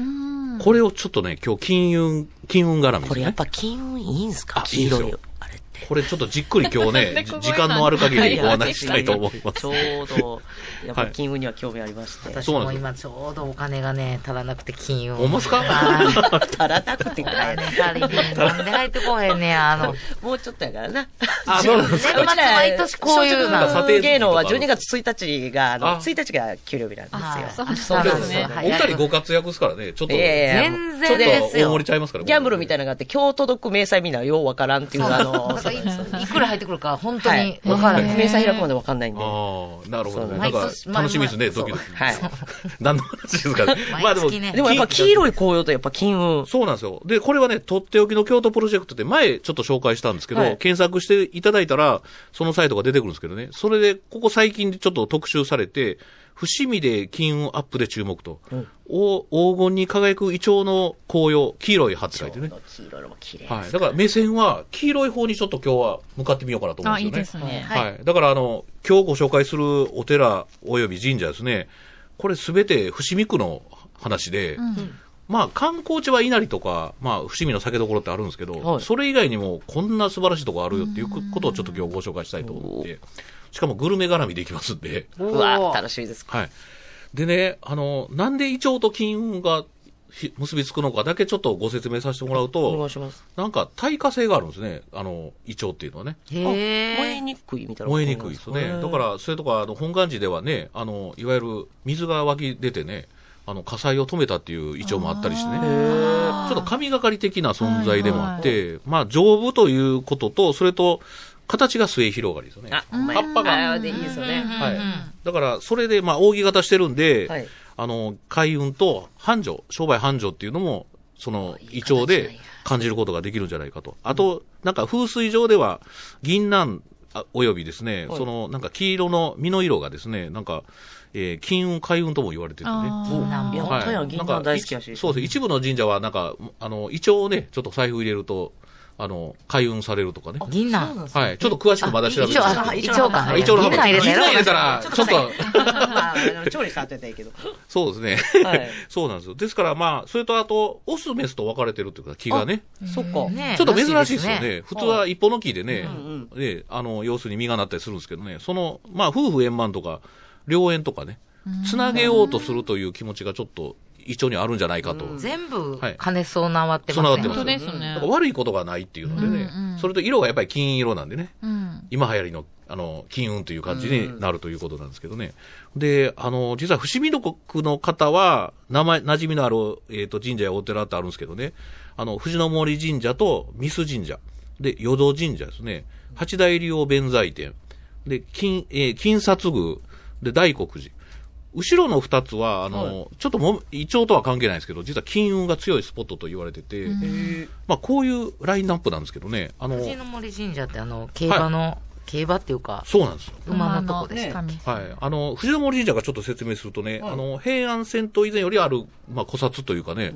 Speaker 7: これをちょっとね、今日金運、金運絡みですね。
Speaker 3: これやっぱ金運いいんすか
Speaker 7: あ
Speaker 3: 黄色
Speaker 7: いい
Speaker 3: い
Speaker 7: ですよ
Speaker 3: あれって。
Speaker 7: これちょっとじっくり今日ね、
Speaker 5: なんで
Speaker 7: 時間のある限りお話ししたいと思いま
Speaker 3: ち [LAUGHS]
Speaker 7: す
Speaker 3: ょ。うど、やっぱり金融には興味ありまして。
Speaker 4: 私
Speaker 7: そう
Speaker 4: も
Speaker 7: なんですよ
Speaker 4: 今ちょうどお金がね、足らなくて金融。
Speaker 7: ほんまっすか
Speaker 4: あー
Speaker 3: 足らなくて
Speaker 4: お金足りへん。なんで入ってこへんねや、あの。
Speaker 3: もうちょっとやからな。 [LAUGHS]
Speaker 7: あ、そうなんで
Speaker 4: 年
Speaker 7: すか。
Speaker 4: 末毎年こういう
Speaker 7: なんか査
Speaker 4: の。
Speaker 7: 定
Speaker 3: 芸能は
Speaker 7: 時期と
Speaker 3: 12
Speaker 7: か
Speaker 3: 月1日が、あの、
Speaker 7: あ
Speaker 3: 1日が給料日なんですよ。
Speaker 5: あ
Speaker 4: そうなんですよ。
Speaker 7: お二人ご活躍ですからね、ちょっと、
Speaker 3: いやいや
Speaker 4: 全然です
Speaker 7: ちょっと大盛
Speaker 4: よ
Speaker 7: り。ちゃいますから。
Speaker 3: ギャンブルみたい
Speaker 7: い
Speaker 3: なのがあって、今日届く明細みんなようわからんっていう、あの、 [LAUGHS]
Speaker 4: なんかいいくら入ってくるか、本当
Speaker 3: は
Speaker 4: に
Speaker 3: い。
Speaker 4: わからない。
Speaker 3: 明細開くまでわかんないんで。
Speaker 7: ああ、なるほどね。
Speaker 3: そう
Speaker 7: なんか
Speaker 4: 毎、年
Speaker 7: 楽しみですね、
Speaker 4: 毎
Speaker 7: ドキドキ。
Speaker 3: はい。
Speaker 7: [LAUGHS] 何の話ですかね。まあでも、
Speaker 4: 毎月ね
Speaker 3: でもやっぱ黄色い紅葉とやっぱ金運。
Speaker 7: そうなんですよ。で、これはね、とっておきの京都プロジェクトって前ちょっと紹介したんですけど、
Speaker 3: はい
Speaker 7: 検索していただいたら、そのサイトが出てくるんですけどね。それで、ここ最近でちょっと特集されて、伏見で金運アップで注目と。お黄金に輝くイチョウの紅葉、黄色い葉って書いてね。
Speaker 3: 黄色も綺麗。
Speaker 7: はい。だから目線は黄色い方にちょっと今日は向かってみようかなと思うん
Speaker 5: あ、
Speaker 7: です
Speaker 5: い
Speaker 7: よね。
Speaker 5: いですね。
Speaker 7: はい。だから、あの、今日ご紹介するお寺及び神社ですね、これすべて伏見区の話で、まあ、観光地は稲荷とか、まあ、伏見の酒どころってあるんですけど、
Speaker 3: はい
Speaker 7: それ以外にもこんな素晴らしいとこあるよっていうことをちょっと今日ご紹介したいと思って、しかもグルメ絡みでいきますんで、 [LAUGHS]
Speaker 3: うわ、楽しみです。
Speaker 7: はい。でね、あの、なんでイチョウと金運がひ結びつくのかだけちょっとご説明させてもらう
Speaker 3: お願
Speaker 7: と
Speaker 3: い、します。
Speaker 7: なんか耐火性があるんですね、あの、イチョウっていうのはね。
Speaker 4: へ
Speaker 3: 燃え
Speaker 4: え。
Speaker 3: にくいみたいな。
Speaker 7: 燃えにくいですね。だか、ら、それとか、あの、本願寺ではね、あの、いわゆる水が湧き出てね、あの、火災を止めたっていうイチョウもあったりしてね。ちょっと神がかり的な存在でもあって、まあ、丈夫ということと、それと、形が末広がりですよね。
Speaker 3: あ、
Speaker 7: 葉っぱが。
Speaker 3: あでいいですよね。
Speaker 7: はい。だから、それで、まあ、扇形してるんで、
Speaker 3: はい
Speaker 7: あの、開運と繁盛、商売繁盛っていうのも、その、胃腸で感じることができるんじゃないかと。あと、なんか風水上では、銀杏、あおよびですね、
Speaker 3: はい
Speaker 7: その、なんか黄色の実の色がですね、なんか、えー金運、開運とも言われてるね。
Speaker 4: なん
Speaker 3: いや、
Speaker 4: ぼ。
Speaker 3: 本当やん、銀
Speaker 7: なん
Speaker 3: 杏
Speaker 7: か
Speaker 3: 大好きやし。
Speaker 7: そうです。一部の神社は、なんか、あの、胃腸をね、ちょっと財布入れると、あの、開運されるとかね。
Speaker 4: 銀杏。
Speaker 7: はい。ちょっと詳しくまだ調べて
Speaker 4: 一応、あ一応か。
Speaker 7: あイチョウの葉
Speaker 4: 銀杏入れたやろ
Speaker 7: 銀杏入れたら、ちょっと、
Speaker 3: [LAUGHS] まああの調理したってたらいいけど。
Speaker 7: そうですね。
Speaker 3: はい
Speaker 7: [LAUGHS] そうなんですよ。ですから、まあ、それとあと、オス、メスと分かれてるっていうか、木がね。
Speaker 3: そっか。
Speaker 4: ね
Speaker 7: ちょっと珍しいですよ。ね。普通は一本の木でね
Speaker 3: ん、
Speaker 7: で、あの、要するに実がなったりするんですけどね、その、まあ、夫婦円満とか、良縁とかね、つなげようとするという気持ちがちょっと、一応にあるんじゃないかと。
Speaker 4: 全部
Speaker 7: はい、
Speaker 4: 金備わってますね。
Speaker 7: 備わってます
Speaker 5: 本当ですね
Speaker 7: だから悪いことがないっていうのでね、それと色がやっぱり金色なんでね、今流行りのあの金運という感じになるということなんですけどね。で、あの、実は伏見の国の方は、名前、馴染みのある、えっと神社やお寺ってあるんですけどね、あの、藤の森神社と三須神社、で、与堂神社ですね、八大竜王弁財天、で、金、えー金札宮、で、大黒寺。後ろの二つは、あの、ちょっとも、胃腸とは関係ないですけど、実は金運が強いスポットと言われてて、まあ、こういうラインナップなんですけどね、あの、
Speaker 4: 藤の森神社って、あの、競馬の、競馬っていうか、
Speaker 7: そうなんですよ。
Speaker 4: 馬のとこです。
Speaker 5: 神様
Speaker 7: はい。あの、藤森神社がちょっと説明するとね、あの、平安遷都以前よりある、まあ、古刹というかね、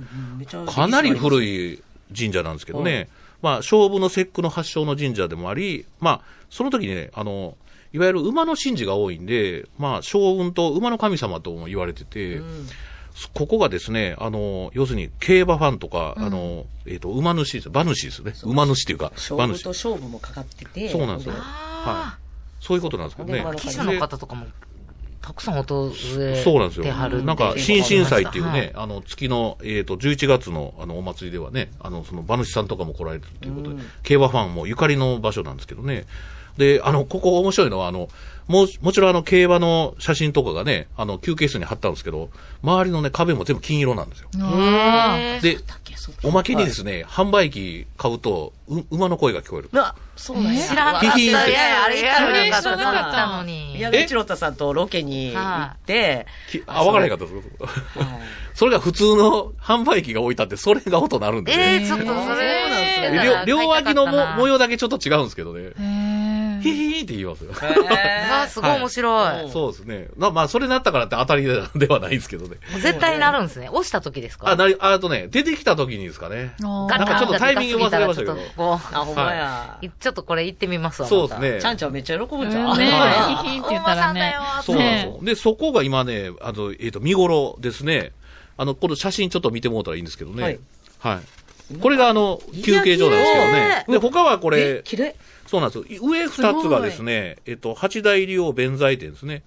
Speaker 7: かなり
Speaker 3: い。
Speaker 7: 古い神社なんですけどね、まあ、勝負の節句の発祥の神社でもあり、まあ、その時にね、あの、いわゆる馬の神事が多いんで、まあ、将軍と馬の神様とも言われてて、ここがですね、あの、要するに競馬ファンとか、あの、えっ、と、馬主です、馬主ですね。馬主っていうか、
Speaker 3: 勝
Speaker 7: 馬
Speaker 3: 負
Speaker 7: 主
Speaker 3: と。勝負もかかってて。
Speaker 7: そうなんですよ。
Speaker 3: ほ
Speaker 7: はい。そういうことなんですけどね。
Speaker 3: ほんで
Speaker 4: 記者の方とかも、たくさん訪れ
Speaker 7: そうなんです
Speaker 4: てはる
Speaker 7: よ。
Speaker 4: って
Speaker 7: なんか、新震災っていう
Speaker 4: は
Speaker 7: ね、あの、月の、えっ、と、11月の、あの、お祭りではね、あの、その、馬主さんとかも来られてるということで、競馬ファンもゆかりの場所なんですけどね。で、あの、ここ面白いのは、あの、もう、もちろんあの、競馬の写真とかがね、あの、休憩室に貼ったんですけど、周りのね、壁も全部金色なんですよ。
Speaker 4: へー
Speaker 7: で、おまけにですね、販売機買うと、う馬の声が聞こえる。
Speaker 3: うわ、そうなんや。
Speaker 4: 知らんかった。い
Speaker 7: ピヒーンっ
Speaker 4: や
Speaker 7: て
Speaker 4: いや、あれやらなか
Speaker 5: あ
Speaker 4: った。
Speaker 5: れ知らなかった
Speaker 4: のに。
Speaker 3: 宮口太さんとロケに行って、
Speaker 7: きあ、わからへんかったです。それが普通の販売機が置いたって、それが音なるんで、ね。
Speaker 4: えー、ちょっとそれ、
Speaker 7: で
Speaker 4: 知ってたら
Speaker 7: 両両脇の
Speaker 4: 買いたか
Speaker 7: も
Speaker 4: ったな
Speaker 7: 模様だけちょっと違うんですけどね。
Speaker 5: へ
Speaker 7: ヒヒーンって言いますよ。
Speaker 4: うわ、すごい面白い。
Speaker 7: [LAUGHS] そうですね。なまあ、それなったからって当たりではないんですけどね。
Speaker 4: 絶対なるんですね。押した時ですか
Speaker 7: あ、なり、ああとね、出てきた時にですかね。
Speaker 5: ー
Speaker 4: ガ
Speaker 7: なんかちょっとタイミング忘れましたけど
Speaker 4: ちょっとこ
Speaker 3: あ、ほんまや。
Speaker 4: うちょっとこれ行ってみますわ。
Speaker 7: そうで
Speaker 4: ま
Speaker 7: すね。
Speaker 3: ちゃんちゃんめっちゃ喜ぶんじゃ。
Speaker 5: うんんね
Speaker 7: は
Speaker 5: え、ヒヒンって言ったらね。
Speaker 7: そうなんですよ。で、そこが今ね、あの、えっ、と、見頃ですね。あの、この写真ちょっと見てもらったらいいんですけどね。
Speaker 3: は
Speaker 7: はいい。これがあの、休憩所なんですけど
Speaker 3: いや
Speaker 7: ね。で、他はこ
Speaker 3: え
Speaker 7: れ、
Speaker 3: 綺麗。
Speaker 7: そうなんですよ。上二つがですね、えっと、八大竜王弁財天ですね。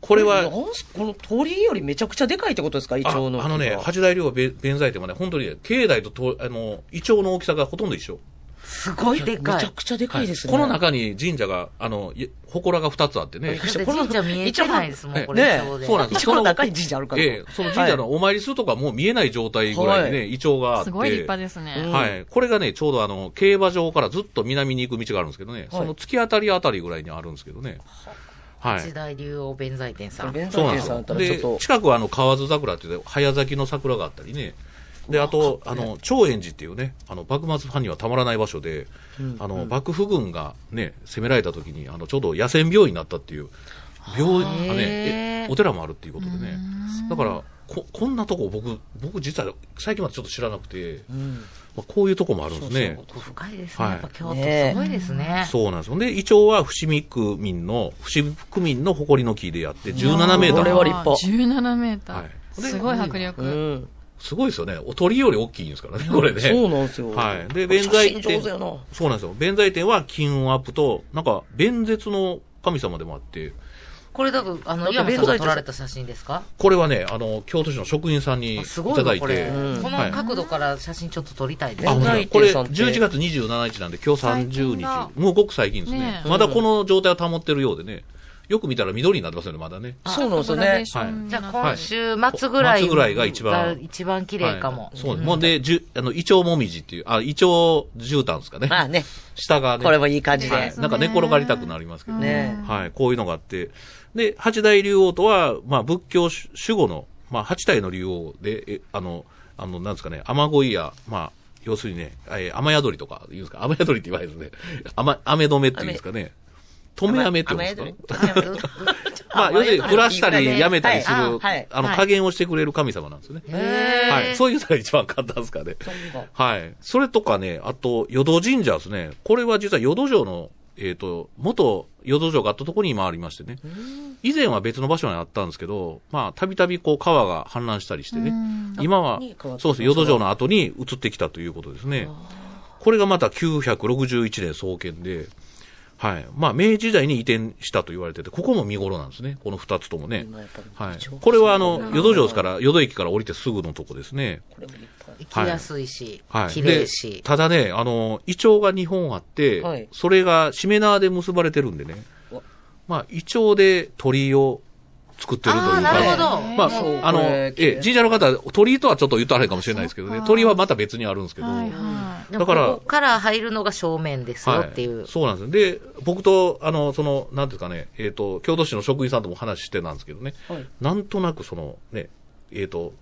Speaker 7: こ
Speaker 3: こ
Speaker 7: れは、
Speaker 3: なんすこの鳥居よりめちゃくちゃでかいってことですか、イチ
Speaker 7: あ
Speaker 3: ョウの木が。
Speaker 7: あのね、八大竜王弁弁財天はね、本当にね、境内ととあの、イチョウの大きさがほとんど一緒。
Speaker 3: すごいでかい。
Speaker 7: めちゃ
Speaker 3: くちゃで
Speaker 7: はいこの中に神社が、あの、い祠が二つあっ
Speaker 3: [LAUGHS]
Speaker 7: てね。
Speaker 4: だって神社見えてないですもん、これ。
Speaker 3: ね
Speaker 4: ちょうど
Speaker 7: そう [LAUGHS] なんです
Speaker 3: 一応中に神社あるから。
Speaker 7: ええ、その神社
Speaker 3: は
Speaker 7: のお参りするとかもう見えない状態ぐらいに
Speaker 3: は
Speaker 7: ね、イチョウがあって。
Speaker 6: すごい立派ですね。
Speaker 3: うん
Speaker 7: はい。これがね、ちょうどあの、競馬場からずっと南に行く道があるんですけどね、その突き当たりあたりぐらいにあるんですけどね。はい。
Speaker 4: 時代竜王弁財天さん。
Speaker 3: 弁
Speaker 7: そう
Speaker 3: 財天
Speaker 7: なんです
Speaker 3: さんだったら
Speaker 7: よ。
Speaker 3: ちょっ
Speaker 7: で
Speaker 3: と、。
Speaker 7: 近くはあの、河津桜っていう早咲きの桜があったりね。で、あと、あの、長円寺っていうね、あの、幕末ファンにはたまらない場所で、あの、幕府軍がね、攻められた時に、あの、ちょうど野戦病院になったっていう、病院、あね、えお寺もあるっていうことでね。だから、こ、こんなとこ僕、僕実は最近までちょっと知らなくて、
Speaker 3: うん
Speaker 7: まあ、こういうとこもあるんですね。
Speaker 4: 深いですね。
Speaker 7: はい
Speaker 4: やっぱ京都すごいですね。
Speaker 7: そうなんですよ。で、イチョウは伏見区民の、伏見区民の誇りの木でやって、17メータ
Speaker 3: こ
Speaker 7: ー。
Speaker 3: れは立派。
Speaker 6: 17メーター。
Speaker 7: はい。です
Speaker 6: ごい迫力。
Speaker 3: うん。
Speaker 7: すごいですよね。お鳥より大きいんですからね、これね。
Speaker 3: そうなんですよ。
Speaker 7: はい。で、
Speaker 3: 弁
Speaker 7: 弁財
Speaker 3: 財上
Speaker 7: 天
Speaker 3: 手。やな。
Speaker 7: そうなんですよ。弁財天は金運アップと、なんか、弁舌の神様でもあって、
Speaker 4: これだと、あの、岩見さんが撮られた写真ですか
Speaker 7: これはね、あの、京都市の職員さんにい
Speaker 4: あすご
Speaker 7: た
Speaker 4: い
Speaker 7: だ
Speaker 4: ないこれ
Speaker 7: て。。
Speaker 4: こ
Speaker 7: は
Speaker 4: の
Speaker 7: い
Speaker 4: 角度から写真ちょっと撮りたいです
Speaker 7: あ、。
Speaker 3: 弁
Speaker 7: 本当だ
Speaker 3: 財
Speaker 7: これ
Speaker 3: 天さんって
Speaker 7: 11月27日なんで、今日30
Speaker 6: 最近だ
Speaker 7: 日。もうごく最近ですね。
Speaker 6: ね
Speaker 7: まだこの状態を保ってるようでね。よく見たら緑になってますよね、まだね。
Speaker 3: そうなんですよ
Speaker 6: グラデ
Speaker 3: ね
Speaker 6: ー。ションに
Speaker 4: じ
Speaker 6: な
Speaker 4: ゃ
Speaker 6: っ
Speaker 4: あ
Speaker 6: て
Speaker 4: 今週末ぐらい。
Speaker 7: 末ぐらいが一番
Speaker 4: 一番綺麗かも
Speaker 7: は。いそうです。もうで、じゅ、あの、イチョウもみじっていう、あ、イチョウ絨毯ですかね。
Speaker 3: まあね、
Speaker 7: 下がね。
Speaker 3: これもいい感じ
Speaker 7: は
Speaker 3: で
Speaker 7: い。。なんか寝転がりたくなりますけどね。
Speaker 3: ね。
Speaker 7: はい。こういうのがあって。で、八大竜王とは、まあ、仏教主守護の、まあ、八体の竜王で、えあの、あの、なんですかね、雨乞いや、まあ、要するにね、えー雨宿りとか言うんですか雨宿りって言われるね。 [LAUGHS] 雨、雨止めって言うんですかね。止め雨って言うんですか
Speaker 3: 雨宿り
Speaker 7: まあ、要するに、降らしたり、やめたりする、
Speaker 3: はいはい
Speaker 7: あの、加減をしてくれる神様なんですよね。はい。そういうのが一番簡単ですかね。はい。それとかね、あと、淀神社ですね。これは実は淀城の、えっ、と、元淀城があったところに今ありましてね。以前は別の場所にあったんですけど、まあ、たびたびこう、川が氾濫したりしてね。今は
Speaker 3: に変わっ、た
Speaker 7: そうです。淀城の後に移ってきたということですね。これがまた961年創建で、はい。まあ、明治時代に移転したと言われてて、ここも見頃なんですね。この二つともね。はい。これはあの、淀城ですから、淀駅から降りてすぐのとこですね。
Speaker 4: 行きやすいし
Speaker 7: は、い。
Speaker 4: 綺
Speaker 7: で
Speaker 4: 麗し。
Speaker 7: ただね、あの、イチョウが2本あって、
Speaker 3: はい
Speaker 7: それがしめ縄で結ばれてるんでね
Speaker 3: うわ。
Speaker 7: まあ、イチョウで鳥居を作ってるという
Speaker 4: あ
Speaker 7: か。
Speaker 4: あ、なるほど。
Speaker 7: まあ、
Speaker 3: そう
Speaker 7: あの、
Speaker 3: こ
Speaker 7: え
Speaker 3: れ
Speaker 7: え、神社の方、鳥居とはちょっと言ったらあれかもしれないですけどね、鳥居はまた別にあるんですけど、
Speaker 6: はいは
Speaker 4: でも
Speaker 7: だから
Speaker 4: ここから入るのが正面ですよっていう。
Speaker 7: そうなんですよ。で、僕と、あの、その、なんていうかね、えっ、と、京都市の職員さんとも話してたんですけどね、
Speaker 3: はい
Speaker 7: なんとなくその、ね、えっ、と、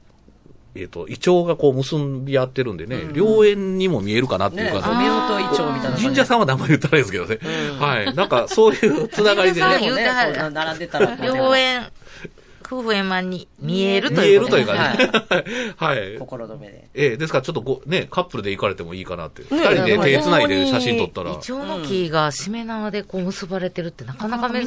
Speaker 7: えっ、と、イチョウがこう結び合ってるんでね、良縁にも見えるかなっていう
Speaker 3: ね、
Speaker 7: か、その
Speaker 3: 目音イチョウみたいな感じ。
Speaker 7: 神社さんは名前言ったらいいですけどね。はい。なんか、そういうつながりで
Speaker 4: 神社さ
Speaker 7: ね
Speaker 4: ん、
Speaker 3: 言うてはる。並んでたら。
Speaker 4: 両縁、夫婦円満に見える
Speaker 7: 見
Speaker 4: とい
Speaker 7: え
Speaker 4: う
Speaker 7: る
Speaker 4: こと
Speaker 7: とい
Speaker 4: で
Speaker 7: う
Speaker 4: す
Speaker 7: かね。 [LAUGHS] はい。
Speaker 3: 心止めで。
Speaker 7: ええ、ですからちょっとご、ね、カップルで行かれてもいいかなって。二人で手繋いで写真撮ったら
Speaker 4: イ。チョウの木がしめ縄でこう結ばれてるってなかなか珍しい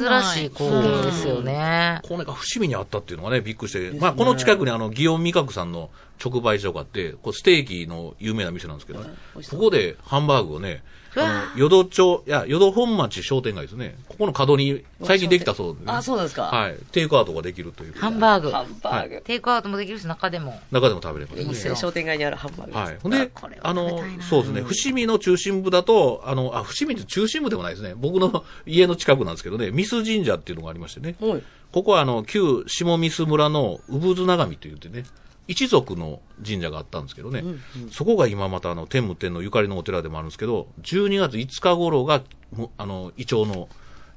Speaker 4: 光景ですよね。
Speaker 7: これが伏見にあったっていうのがね、びっくりして。まあ、この近くにあの、祇園味覚さんの直売所があって、こうステーキの有名な店なんですけどね。ここでハンバーグをね、あの、淀町、いや、淀本町商店街ですね。ここの角に最近できたそうで、ね。
Speaker 3: あ、そうですか。
Speaker 7: はい。テイクアウトができるという。
Speaker 4: ハンバーグ。
Speaker 3: ハンバーグ。
Speaker 4: テイクアウトもできるし、中でも。
Speaker 7: 中でも食べれます、
Speaker 3: いいですね。商店街にあるハンバーグです。
Speaker 7: はい。ほんで、あの、そうですね、伏見の中心部だと、あの、あ、伏見って中心部でもないですね。僕の家の近くなんですけどね、ミス神社っていうのがありましてね。
Speaker 3: はい
Speaker 7: ここは、あの、旧下ミス村の産津長見というてね、一族の神社があったんですけどね、そこが今また、あの、天武天のゆかりのお寺でもあるんですけど、12月5日頃が、もあの、イチョウの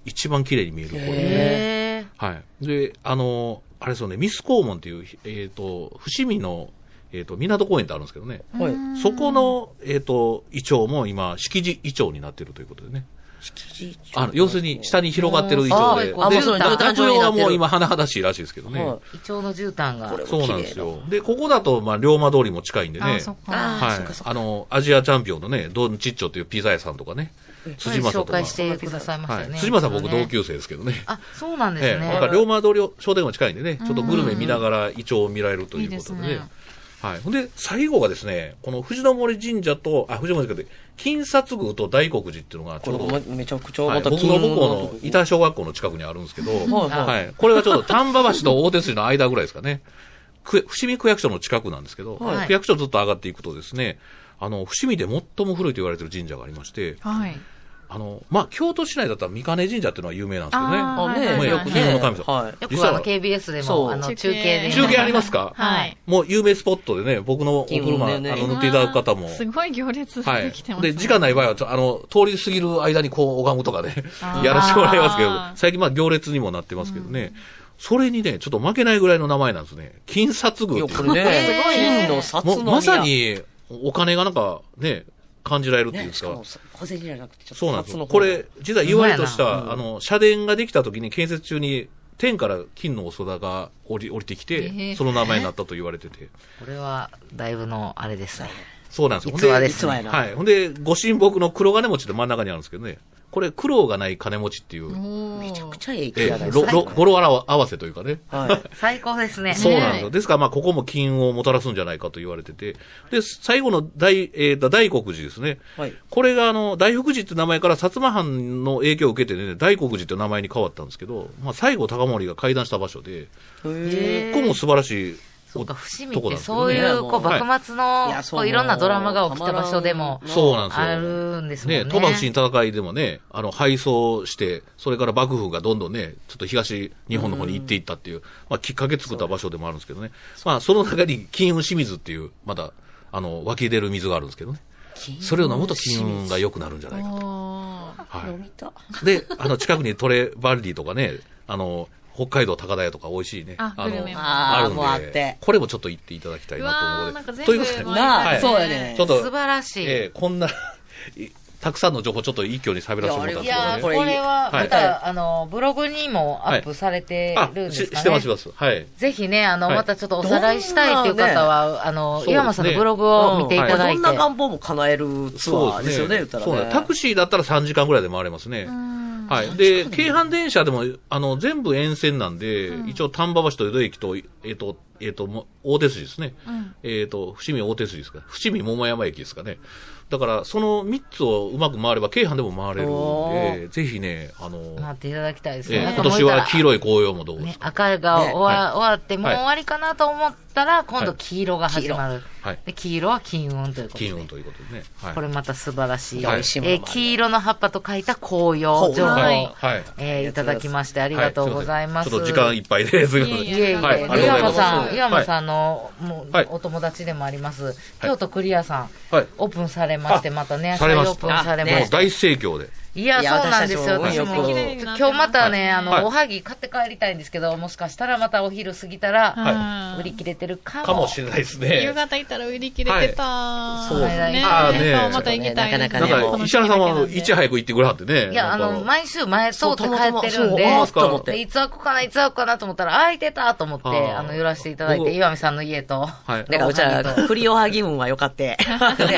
Speaker 7: 一番綺麗に見える頃
Speaker 4: へ
Speaker 7: はい。で、あの、あれですよね、ミス黄門っていう、えっ、と、伏見の、えっ、と、港公園ってあるんですけどね。
Speaker 3: はい。
Speaker 7: そこの、えっ、と、イチョウも今、敷地イチョウになってるということでね。あの、要するに、下に広がってるイチョウで。
Speaker 4: ああ
Speaker 7: で
Speaker 4: もうそう
Speaker 7: 落
Speaker 4: 団地
Speaker 7: 葉
Speaker 4: にな
Speaker 7: は
Speaker 4: ってる
Speaker 7: もう今、甚だしいらしいですけどね。
Speaker 3: はい
Speaker 4: ー。イチョウの絨毯が。
Speaker 7: そうなんですよ。で、ここだと、まあ、龍馬通りも近いんでね。
Speaker 6: い。あ、そっか。
Speaker 4: あ
Speaker 7: はい。あの、アジアチャンピオンのね、ドンチッチョっていうピザ屋さんとかね。
Speaker 4: あ、
Speaker 7: 辻正
Speaker 4: 紹
Speaker 7: とか。
Speaker 4: 介してくださいました
Speaker 7: は
Speaker 4: よ
Speaker 7: い。
Speaker 4: ね。
Speaker 7: 辻正さん僕
Speaker 4: いつもね
Speaker 7: 同。級生ですけどね。
Speaker 4: あ、そうなんです
Speaker 7: ええ、だ
Speaker 4: ね
Speaker 7: か。ら龍馬通り商店街近いんでね、ちょっとグルメ見ながらイチョウを見られるということでね。
Speaker 6: いいですね
Speaker 7: はい。ほんで、最後がですね、この藤森神社と、あ、藤森神社で、金薩宮と大黒寺っていうのが、
Speaker 3: こ
Speaker 7: ちょう
Speaker 3: れ
Speaker 7: ど、
Speaker 3: もめちゃくちゃ
Speaker 7: はい、
Speaker 3: また
Speaker 7: 僕
Speaker 3: 金
Speaker 7: の
Speaker 3: 運
Speaker 7: 母校
Speaker 3: と
Speaker 7: の
Speaker 3: こ
Speaker 7: 板小学校の近くにあるんですけど、
Speaker 3: はいはい
Speaker 7: はい。これがちょっと丹波橋と大手筋の間ぐらいですかね。く伏見区役所の近くなんですけど、
Speaker 3: はい
Speaker 7: 区役所ずっと上がっていくとですね、あの、伏見で最も古いと言われてる神社がありまして、
Speaker 5: はい。
Speaker 7: あの、まあ、京都市内だったら三金神社っていうのは有名なんですけどね。
Speaker 5: あ
Speaker 3: あね
Speaker 7: もう
Speaker 3: よ
Speaker 7: よ
Speaker 3: く
Speaker 7: く
Speaker 3: ね
Speaker 7: 金運の神様。
Speaker 3: はい
Speaker 4: よ
Speaker 7: 実
Speaker 4: く
Speaker 7: は
Speaker 4: あの KBS で
Speaker 3: そう
Speaker 4: も、あの
Speaker 5: 中継
Speaker 4: 中継で。
Speaker 7: 中継ありますか
Speaker 5: はい。
Speaker 7: もう有名スポットでね、僕のお
Speaker 3: 金運だ
Speaker 7: 車、あ
Speaker 3: よね
Speaker 7: の、乗っていただく方も。
Speaker 5: すごい行列
Speaker 7: は
Speaker 5: で
Speaker 7: い
Speaker 5: きてま。す、
Speaker 7: で、時間ない場合はちょ、あの、通り過ぎる間にこう拝むとかで、 [LAUGHS] やらせてもらいますけど
Speaker 5: あ、ー
Speaker 7: 最近まあ行列にもなってますけどね、それにね、ちょっと負けないぐらいの名前なんですね。金札
Speaker 3: いや、
Speaker 7: 宮ってい
Speaker 3: こ
Speaker 7: う。 [LAUGHS]
Speaker 3: れね、
Speaker 4: すごいね
Speaker 3: 金の札の
Speaker 7: もう
Speaker 3: 宮
Speaker 7: まさ、にお金がなんかね、感じられるっていうん
Speaker 3: ね、
Speaker 7: で
Speaker 3: し
Speaker 7: す
Speaker 3: か
Speaker 7: か。
Speaker 3: もさ小銭じゃなくて、ちょっ
Speaker 7: そうなん
Speaker 3: と
Speaker 7: です
Speaker 3: 札
Speaker 7: よ。
Speaker 3: の
Speaker 7: これ、実は言われとし
Speaker 4: ほん
Speaker 3: や
Speaker 7: た、
Speaker 3: な
Speaker 7: あの、社殿ができた時に建設中に、天から金のお皿が降り、降りてき
Speaker 4: え
Speaker 7: て、
Speaker 4: ー
Speaker 7: その名前になったと言われてて。
Speaker 4: これは、だいぶの、あれですね。
Speaker 7: そうなんですよ。
Speaker 4: 逸話
Speaker 7: ほん
Speaker 4: ですね
Speaker 3: 逸話やな
Speaker 7: はい。ほんで、ご神木の黒金持ちって真ん中にあるんですけどね。これ、苦労がない金持ちっていう、
Speaker 3: めちゃくちゃええ気
Speaker 7: え
Speaker 3: やない
Speaker 7: え、
Speaker 3: です
Speaker 7: ろ
Speaker 3: か。
Speaker 7: ろ語呂あら合わせというかね。
Speaker 3: はい。
Speaker 4: 最高ですね。
Speaker 7: そうなんですよ。ですから、まあ、ここも金運をもたらすんじゃないかと言われてて。で、最後の大、えー大黒寺ですね。
Speaker 3: はい
Speaker 7: これが、あの、大福寺って名前から薩摩藩の影響を受けてね、大黒寺って名前に変わったんですけど、まあ、西郷隆盛が開壇した場所で、
Speaker 3: へ
Speaker 7: ここも素晴らしい
Speaker 4: そう
Speaker 7: お
Speaker 4: か、伏見
Speaker 7: とこ
Speaker 4: って
Speaker 7: なんですけ
Speaker 4: そ
Speaker 7: ど
Speaker 4: う
Speaker 7: ね
Speaker 4: いう、こう、
Speaker 7: はい
Speaker 4: 幕末の
Speaker 3: いや、そ
Speaker 4: こ
Speaker 3: う
Speaker 4: う、いろんなドラマが起きた場所でも、
Speaker 7: そうなんですよ。
Speaker 4: あるんですもんね。
Speaker 7: ね、戸隠の戦いでもね、あの、敗走して、それから幕府がどんどんね、ちょっと東日本の方に行っていったっていう、まあ、きっかけ作った場所でもあるんですけどね。まあ、その中に金運清水っていう、まだ、あの、湧き出る水があるんですけどね。それを飲むと金運が良くなるんじゃないかと。はい、で、あの、近くにトレバンディとかね、あの、北海道高田屋とか美味しいね。
Speaker 5: あ
Speaker 7: あ
Speaker 5: グル
Speaker 7: の
Speaker 5: メ、も
Speaker 3: ああ、もうあっ
Speaker 7: あるんで
Speaker 3: て、。
Speaker 7: これもちょっと行っていただきたいなと思うの
Speaker 5: うわーなんか
Speaker 7: で。
Speaker 5: 全部
Speaker 7: ということで、
Speaker 5: 回った
Speaker 3: な
Speaker 7: は
Speaker 3: あ、
Speaker 7: い
Speaker 3: そうやね
Speaker 7: ちょ。っと
Speaker 4: 素晴らしい。
Speaker 7: ええこんないたくさんの情報、ちょっと一挙に喋らせてもらったん
Speaker 4: い
Speaker 7: です
Speaker 4: やー
Speaker 7: けど
Speaker 4: こ
Speaker 7: ね。
Speaker 4: れは、
Speaker 7: はい
Speaker 4: また、あの、ブログにもアップされて
Speaker 7: あ
Speaker 4: るんで
Speaker 7: し
Speaker 4: すか
Speaker 7: し
Speaker 4: ね。
Speaker 7: てます、してます。はい。
Speaker 4: ぜひね、あの、
Speaker 7: はい
Speaker 4: またちょっとおさらいしたいという方は、あ
Speaker 7: そう
Speaker 4: の、
Speaker 7: ですね
Speaker 4: 岩間さんのブログを見ていただい
Speaker 3: ど
Speaker 4: て。
Speaker 3: んな願望も叶えるツアーですよね、言ったら
Speaker 7: そうなん
Speaker 3: ね。
Speaker 7: タクシーだったら3時間ぐらいで回れますね。はい。で、京阪電車でも、あの、全部沿線なんで、一応丹波橋と江戸駅と、えっ、と、えっ、と、も大手筋ですね。えっ、と、伏見大手筋ですか。伏見桃山駅ですかね。だから、その3つをうまく回れば、京阪でも回れ
Speaker 3: お
Speaker 7: るんで、ぜひね、あの、
Speaker 4: 待っていただきたいです
Speaker 7: え
Speaker 4: ね。
Speaker 7: え
Speaker 4: なんか
Speaker 7: 今
Speaker 4: もう
Speaker 7: 年
Speaker 4: 言ったら
Speaker 7: は黄色い紅葉もどうですか
Speaker 4: ね、赤が終わ,、
Speaker 7: ね
Speaker 4: 終わって、もう
Speaker 7: はい
Speaker 4: 終わりかなと思ったら、今度
Speaker 7: はい
Speaker 4: 黄色が始まる。
Speaker 7: はい
Speaker 4: で黄色は金運ということで。
Speaker 7: 金運ということでね。はい。
Speaker 4: これまた素晴らしい。
Speaker 7: は
Speaker 4: え
Speaker 7: い
Speaker 4: ー黄色の葉っぱと書いた紅葉情報、
Speaker 7: はい。はい。
Speaker 4: えーいただきましてありがとうございます。
Speaker 7: はちょっと時間いっぱいです。すみません。
Speaker 4: いえいえ、
Speaker 7: はい
Speaker 4: で
Speaker 7: ありが
Speaker 4: 岩
Speaker 7: と
Speaker 4: 間
Speaker 7: うございま
Speaker 4: さ
Speaker 7: す
Speaker 4: ん、岩間
Speaker 7: はい
Speaker 4: さんの、もう、
Speaker 7: はい
Speaker 4: お友達でもあります、京都クリアさん、
Speaker 7: はい
Speaker 4: オープンされまして、
Speaker 7: あ
Speaker 4: またね、
Speaker 7: され
Speaker 4: 再
Speaker 7: ま
Speaker 4: オ
Speaker 7: した
Speaker 4: ープンされま
Speaker 7: もう
Speaker 4: して。
Speaker 7: 大盛況で。
Speaker 4: いや、
Speaker 3: いや
Speaker 4: そうなんですよ。
Speaker 3: 私た
Speaker 4: 私
Speaker 3: ちも
Speaker 4: も、
Speaker 3: はい
Speaker 4: 今日またね、あ
Speaker 7: はい
Speaker 4: の、おはぎ買って帰りたいんですけど、もしかしたらまたお昼過ぎたら、
Speaker 7: は
Speaker 4: 売り切れてるか
Speaker 7: い。
Speaker 4: も。
Speaker 7: かもしれないです
Speaker 5: 夕
Speaker 7: ね。
Speaker 5: 方行ったら売り切れてた、
Speaker 7: そう
Speaker 4: ですね
Speaker 5: ね
Speaker 7: あーね
Speaker 5: そう、また行きたいですね。
Speaker 7: なん
Speaker 3: ねも
Speaker 7: か、石原さんはいち早く行ってくれはってね。
Speaker 4: いや、あの、毎週前通って帰ってるんで、
Speaker 7: そうたまたまそうあーと思って
Speaker 4: でいつ開こうかな、いつ開こうかなと思ったら、空いてたと思って、
Speaker 7: あー
Speaker 4: あの、寄らせていただい
Speaker 7: 僕
Speaker 4: て、岩見さんの家と、
Speaker 7: はい
Speaker 4: で
Speaker 3: だから、うちは、
Speaker 4: と、
Speaker 3: クリオハギ運は良かって。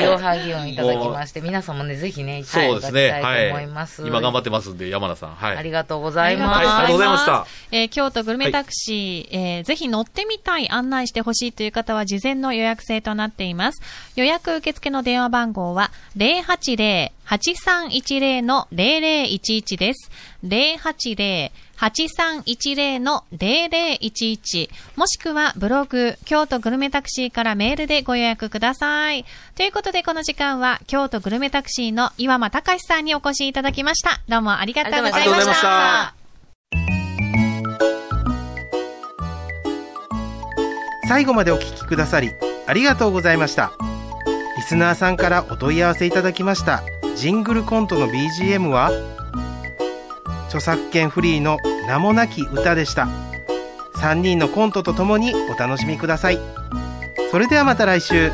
Speaker 4: 両ハギをいただきまして、皆さんもね、ぜひね、行ってい
Speaker 7: そう
Speaker 4: た
Speaker 7: で
Speaker 4: だき
Speaker 7: すね。
Speaker 4: たいと
Speaker 7: は
Speaker 4: 思い
Speaker 7: い
Speaker 4: ます。。
Speaker 7: 今頑張ってますんで、山田さん。は
Speaker 4: あり
Speaker 7: い。
Speaker 4: がとうございます。
Speaker 7: はいありがとうございました
Speaker 6: えー京都グルメタクシー、えーぜひ乗ってみたい、案内してほしいという方は事前の予約制となっています。予約受付の電話番号は080-8310-0011です。080-8310-0011もしくはブログ、京都グルメタクシーからメールでご予約ください。ということでこの時間は京都グルメタクシーの岩間隆さんにお越しいただきました。どうもありがとうございま
Speaker 7: ありがとうございま
Speaker 6: し
Speaker 7: したた。
Speaker 2: 最後までお聞きくださりありがとうございましたリスナーさんからお問い合わせいただきましたジングルコントの BGM は著作権フリーの名もなき歌でした3人のコントとともにお楽しみくださいそれではまた来週